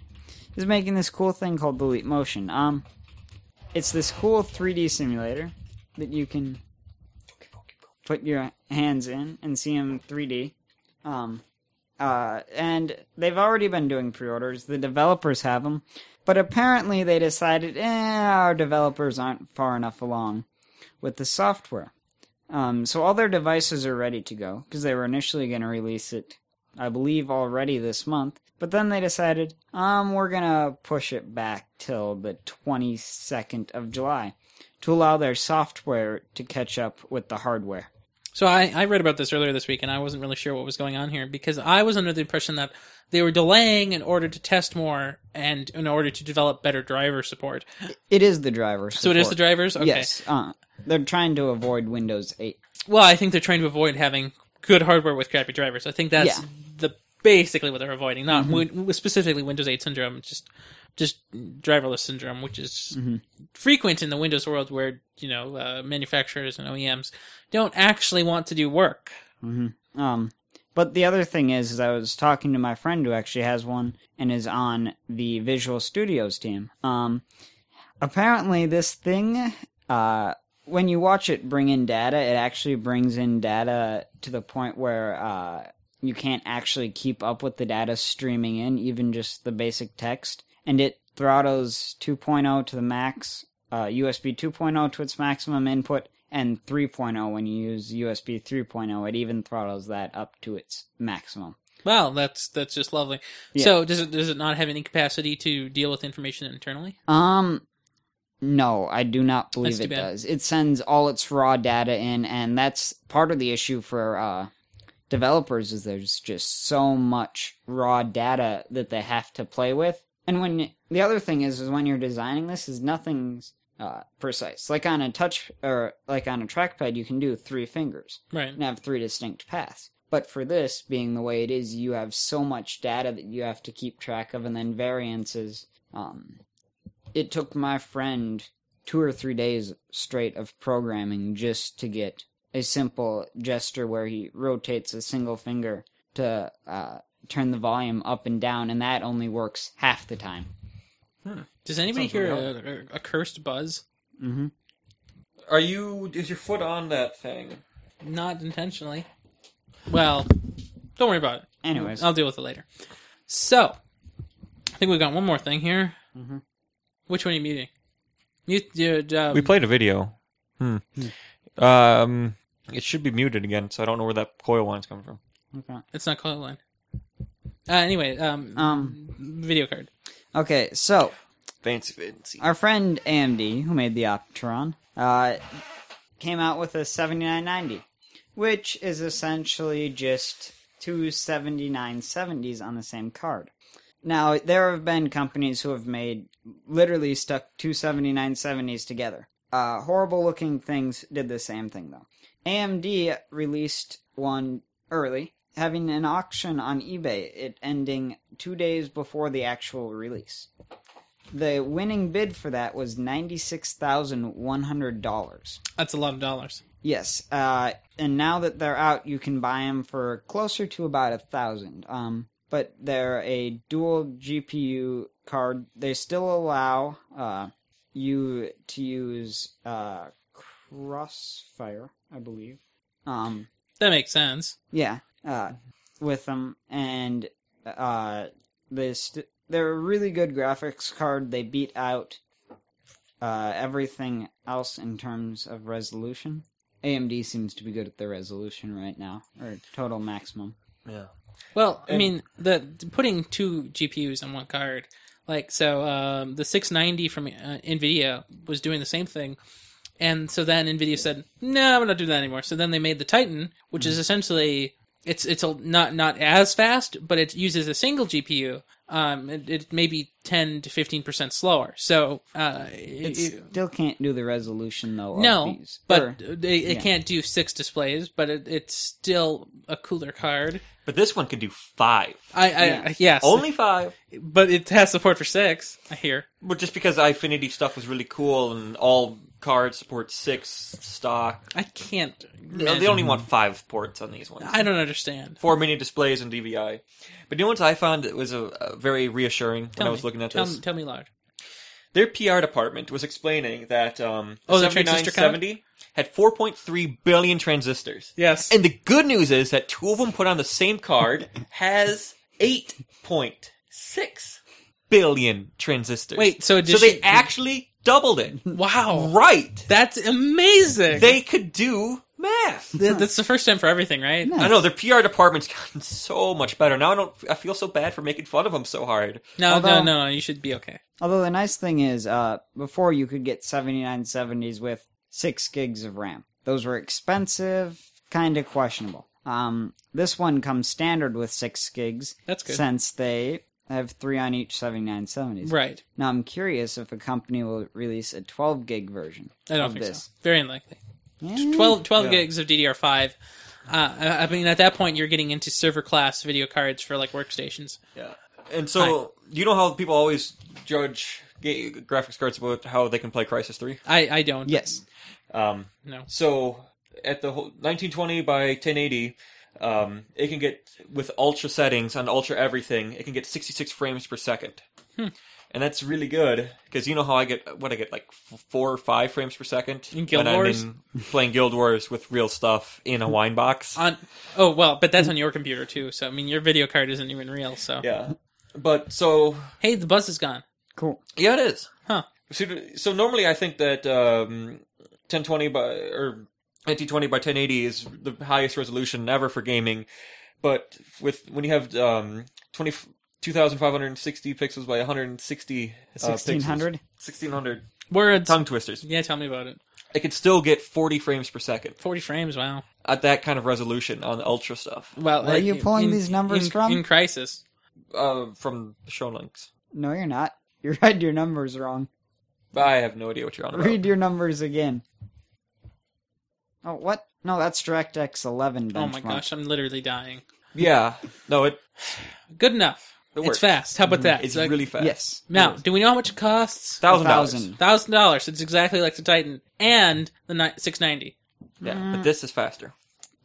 S3: is making this cool thing called the Leap Motion. Um, it's this cool 3D simulator that you can put your hands in and see them 3D. Um, uh, and they've already been doing pre-orders. The developers have them, but apparently they decided, eh, our developers aren't far enough along with the software. Um, so all their devices are ready to go because they were initially going to release it, I believe, already this month. But then they decided, um, we're gonna push it back till the 22nd of July to allow their software to catch up with the hardware.
S1: So I, I read about this earlier this week, and I wasn't really sure what was going on here because I was under the impression that they were delaying in order to test more and in order to develop better driver support.
S3: It is the driver.
S1: So it is the drivers. Okay.
S3: Yes, uh, they're trying to avoid Windows 8.
S1: Well, I think they're trying to avoid having good hardware with crappy drivers. I think that's
S3: Yeah. Mm-hmm.
S1: the basically what they're avoiding, not win- specifically Windows 8 syndrome, just just driverless syndrome, which is
S3: Mm-hmm.
S1: frequent in the Windows world, where you know uh, manufacturers and OEMs don't actually want to do work.
S3: Um, but the other thing is, is I was talking to my friend who actually has one and is on the Visual Studios team. Um, apparently, this thing, uh, when you watch it bring in data, it actually brings in data to the point where uh, you can't actually keep up with the data streaming in, even just the basic text. And it throttles 2.0 to the max, uh, USB 2.0 to its maximum input, and 3.0 when you use USB 3.0. oh, It even throttles that up to its maximum.
S1: Wow, that's that's just lovely.
S3: Yeah.
S1: So does it does it not have any capacity to deal with information internally?
S3: Um, no, I do not believe
S1: That's too
S3: it
S1: bad.
S3: does. It sends all its raw data in, and that's part of the issue for uh, developers is there's just so much raw data that they have to play with. And when the other thing is, is when you're designing this, is nothing's uh, precise. Like on a touch or like on a trackpad, you can do three fingers.
S1: Right.
S3: and have three distinct paths. But for this, being the way it is, you have so much data that you have to keep track of, and then variances. Um, it took my friend two or three days straight of programming just to get a simple gesture where he rotates a single finger to uh, turn the volume up and down, and that only works half the time.
S1: Does anybody
S2: Sounds
S1: hear
S2: really
S1: a, a cursed buzz?
S3: hmm
S2: Are you? Is your foot on that thing?
S1: Not intentionally. Well, don't worry about it.
S3: Anyways,
S1: I'll deal with it later. So, I think we've got one more thing here.
S3: Mhm.
S1: Which one are you muting? Mute. Uh, um,
S2: We played a video. Hmm. Um, it should be muted again, so I don't know where that coil line's coming from.
S3: okay.
S1: it's not coil line. Uh, anyway, um,
S3: Um,
S1: video card.
S3: okay, so
S2: Fancy, fancy.
S3: Our friend AMD, who made the Optron, uh, came out with a 7990, which is essentially just two 7970s on the same card. Now, there have been companies who have made literally stuck two 7970s together. Uh, horrible looking things did the same thing, though. AMD released one early, having an auction on eBay, it ending two days before the actual release the winning bid for that was ninety six thousand one hundred dollars.
S1: That's a lot of dollars.
S3: Yes, uh, and now that they're out, you can buy them for closer to about a thousand. Um, but they're a dual GPU card. They still allow uh, you to use uh, Crossfire, I believe. Um,
S1: That makes sense.
S3: yeah, uh,
S1: Mm-hmm.
S3: with them, and uh, they st- they're a really good graphics card. They beat out uh, everything else in terms of resolution. AMD seems to be good at their resolution right now, or total maximum.
S2: Yeah.
S1: Well, I mean, the putting two GPUs on one card, like so, um, the 690 from uh, Nvidia was doing the same thing, and so then Nvidia said, "No, we're not doing that anymore." So then they made the Titan,
S3: Hmm.
S1: which is essentially it's it's a, not not as fast, but it uses a single GPU, um, it, it may be 10 to 15% slower. So, uh,
S3: It
S1: it-
S3: still can't do the resolution though. of
S1: no,
S3: these. Or-
S1: but it, it
S3: yeah.
S1: can't do six displays, but it, it's still a cooler card.
S2: But this one can do five.
S1: I, I
S3: Yeah.
S1: yes,
S2: Only five.
S1: but it has support for six. I hear.
S2: Well, just because Ifinity stuff was really cool and all cards support six stock.
S1: I can't.
S2: No, they
S1: imagine.
S2: only want five ports on these ones.
S1: I don't understand.
S2: Four mini displays and DVI. But you know what I found that was a, a very reassuring when
S1: Tell
S2: I
S1: me.
S2: was looking at
S1: tell,
S2: this?
S1: Tell me loud.
S2: Their PR department was explaining that um,
S1: Oh, the transistor count?
S2: 7970 had 4.3 billion transistors.
S1: Yes.
S2: And the good news is that two of them put on the same card has 8.6 billion transistors.
S1: Wait, so it
S2: so
S1: just
S2: they actually doubled it.
S1: wow,
S2: Right.
S1: that's amazing.
S2: They could do math.
S1: Th- that's the first time for everything, right?
S3: No.
S2: I know their PR department's gotten so much better. Now I don't I feel so bad for making fun of them so hard.
S1: No, no,
S3: Although-
S1: no, no. You should be okay.
S3: Although the nice thing is, uh, before you could get 7970s with 6 gigs of RAM. Those were expensive, kind of questionable. Um, this one comes standard with 6 gigs.
S1: That's good.
S3: Since they have 3 on each 7970s.
S1: Right.
S3: Now I'm curious if a company will release a 12 gig version.
S1: I don't
S3: of
S1: think
S3: this.
S1: so. Very unlikely.
S3: Yeah.
S1: 12, 12
S2: Yeah.
S1: gigs of DDR5. Uh, I I mean, at that point, you're getting into server class video cards for like workstations.
S2: Yeah. And so you know how people always judge ga- graphics cards about how they can play Crisis 3?
S1: I, I don't.
S3: Yes.
S2: Um
S1: No.
S2: so at the whole 1920 by 1080 um, it can get with ultra settings on ultra everything it can get 66 frames per second
S1: Hmm.
S2: and that's really good because you know how i get what i get like f- four or five frames per second
S1: In Guild
S2: when
S1: Wars?
S2: i'm in, playing guild wars with real stuff in a wine box
S1: On oh well, but that's on your computer too. So I mean, your video card isn't even real. So
S2: yeah but so
S1: hey, the buzz is gone.
S3: Cool.
S2: yeah it is
S1: Huh.
S2: so, so normally i think that um, 1020 by or 1920 by 1080 is the highest resolution ever for gaming but with when you have um 20 2560 pixels by 160 uh, pixels,
S3: 1600.
S2: 1600
S1: Words.
S2: tongue twisters
S1: Yeah, tell me about it.
S2: it could still get 40 frames per second
S1: Forty frames. Wow.
S2: at that kind of resolution on ultra stuff
S1: Well,
S3: Where are you pulling these numbers
S1: in-
S3: from?
S1: In crisis.
S2: uh from show links
S3: no, you're not. You read your numbers wrong.
S2: i have no idea what
S1: Oh.
S2: you're on about
S3: Read your numbers again. Oh, what? No, that's DirectX 11 benchmark.
S1: Oh my gosh, I'm literally dying.
S2: yeah no it
S1: Good enough.
S2: It
S1: it's
S2: works.
S1: fast.
S3: Mm-hmm.
S1: How about that?
S2: it's
S1: So-
S2: really fast
S3: Yes.
S1: Now, do we know how much it costs?
S2: thousand dollars
S3: Thousand.
S1: Thousand dollars. It's exactly like the Titan and the ni- six ninety.
S2: yeah but this is faster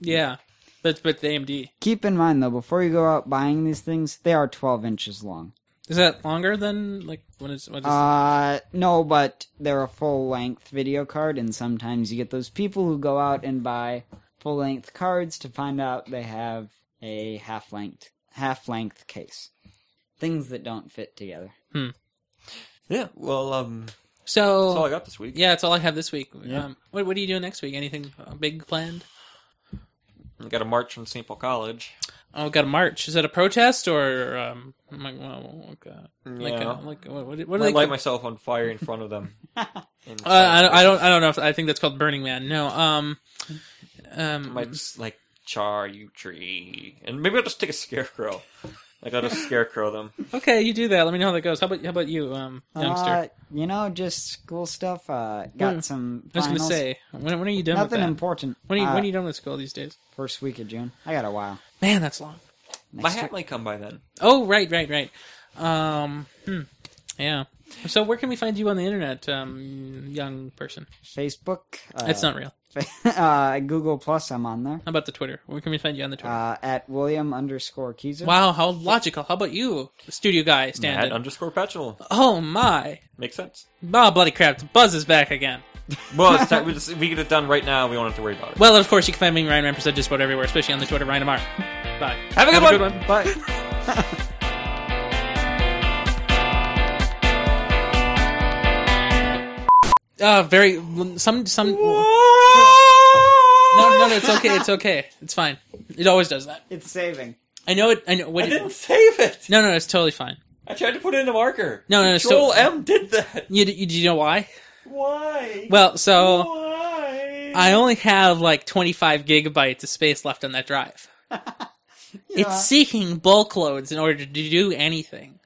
S3: Mm-hmm.
S1: Yeah, but but the AMD
S3: Keep in mind though, before you go out buying these things, they are 12 inches long.
S1: is that longer than like what is what is?
S3: Uh, no, but they're a full length video card, and sometimes you get those people who go out and buy full length cards to find out they have a half length half length case. Things that don't fit together.
S2: yeah well um
S1: so
S2: that's all i got this week
S1: yeah, that's all I have this week.
S3: Yeah.
S1: Um, what what are you doing next week? Anything uh, big planned?
S2: I got a march from st paul college
S1: Oh, got a march. Is that a protest or um like well, like a, like, a,
S2: Yeah.
S1: like a- what, what, what
S2: I
S1: are they?
S2: light
S1: called?
S2: myself on fire in front of them. And
S1: uh, I, don't- I don't I don't know. If, I think that's called Burning Man. No. Um.
S2: I
S1: Um.
S2: might just like char you tree, and maybe I'll just take a scarecrow. Like I'll just scarecrow them.
S1: Okay, you do that. Let me know how that goes. How about how about you, um, youngster?
S3: Uh, you know, just school stuff. Uh, got
S1: Hmm.
S3: some.
S1: I was going to
S3: finals.
S1: say, when, when are you done
S3: nothing
S1: with that?
S3: important.
S1: when, are you,
S3: Uh,
S1: when are you done with school these days?
S3: first week of June? I got a while.
S1: Man, that's long.
S2: My
S3: Next
S2: hat
S3: week-
S2: might come by then.
S1: Oh, right, right, right. Um, hmm. Yeah. So where can we find you on the internet, um, young person?
S3: Facebook. Uh,
S1: That's not real.
S3: uh, Google Plus. I'm on there.
S1: How about the Twitter? Where can we find you on the Twitter?
S3: Uh, at William underscore Keezer.
S1: wow, how logical. How about you, studio guy,
S2: Hat
S1: stand in?
S2: underscore patchel
S1: Oh, my.
S2: makes sense.
S1: Oh, bloody crap. The buzz is back again.
S2: Well, it's time, we, just, we get it done right now. We don't have to worry about it.
S1: Well, and of course, you can find me, Ryan Rampers, at just about everywhere, especially on the Twitter, Ryan Amar. Bye.
S2: Have a good one.
S3: Bye.
S1: Uh, very, some, some, no, no, no, it's okay, it's okay. It's fine. It always does that.
S3: It's saving.
S1: I know it. I know. What
S2: I didn't save it.
S1: No, no, it's totally fine.
S2: I tried to put in a marker.
S1: No, no, no,
S2: Control
S1: so-
S2: M did that.
S1: You, you, do you know why?
S2: Why?
S1: Well, so
S2: Why?
S1: I only have like 25 gigabytes of space left on that drive. It's seeking bulk loads in order to do anything.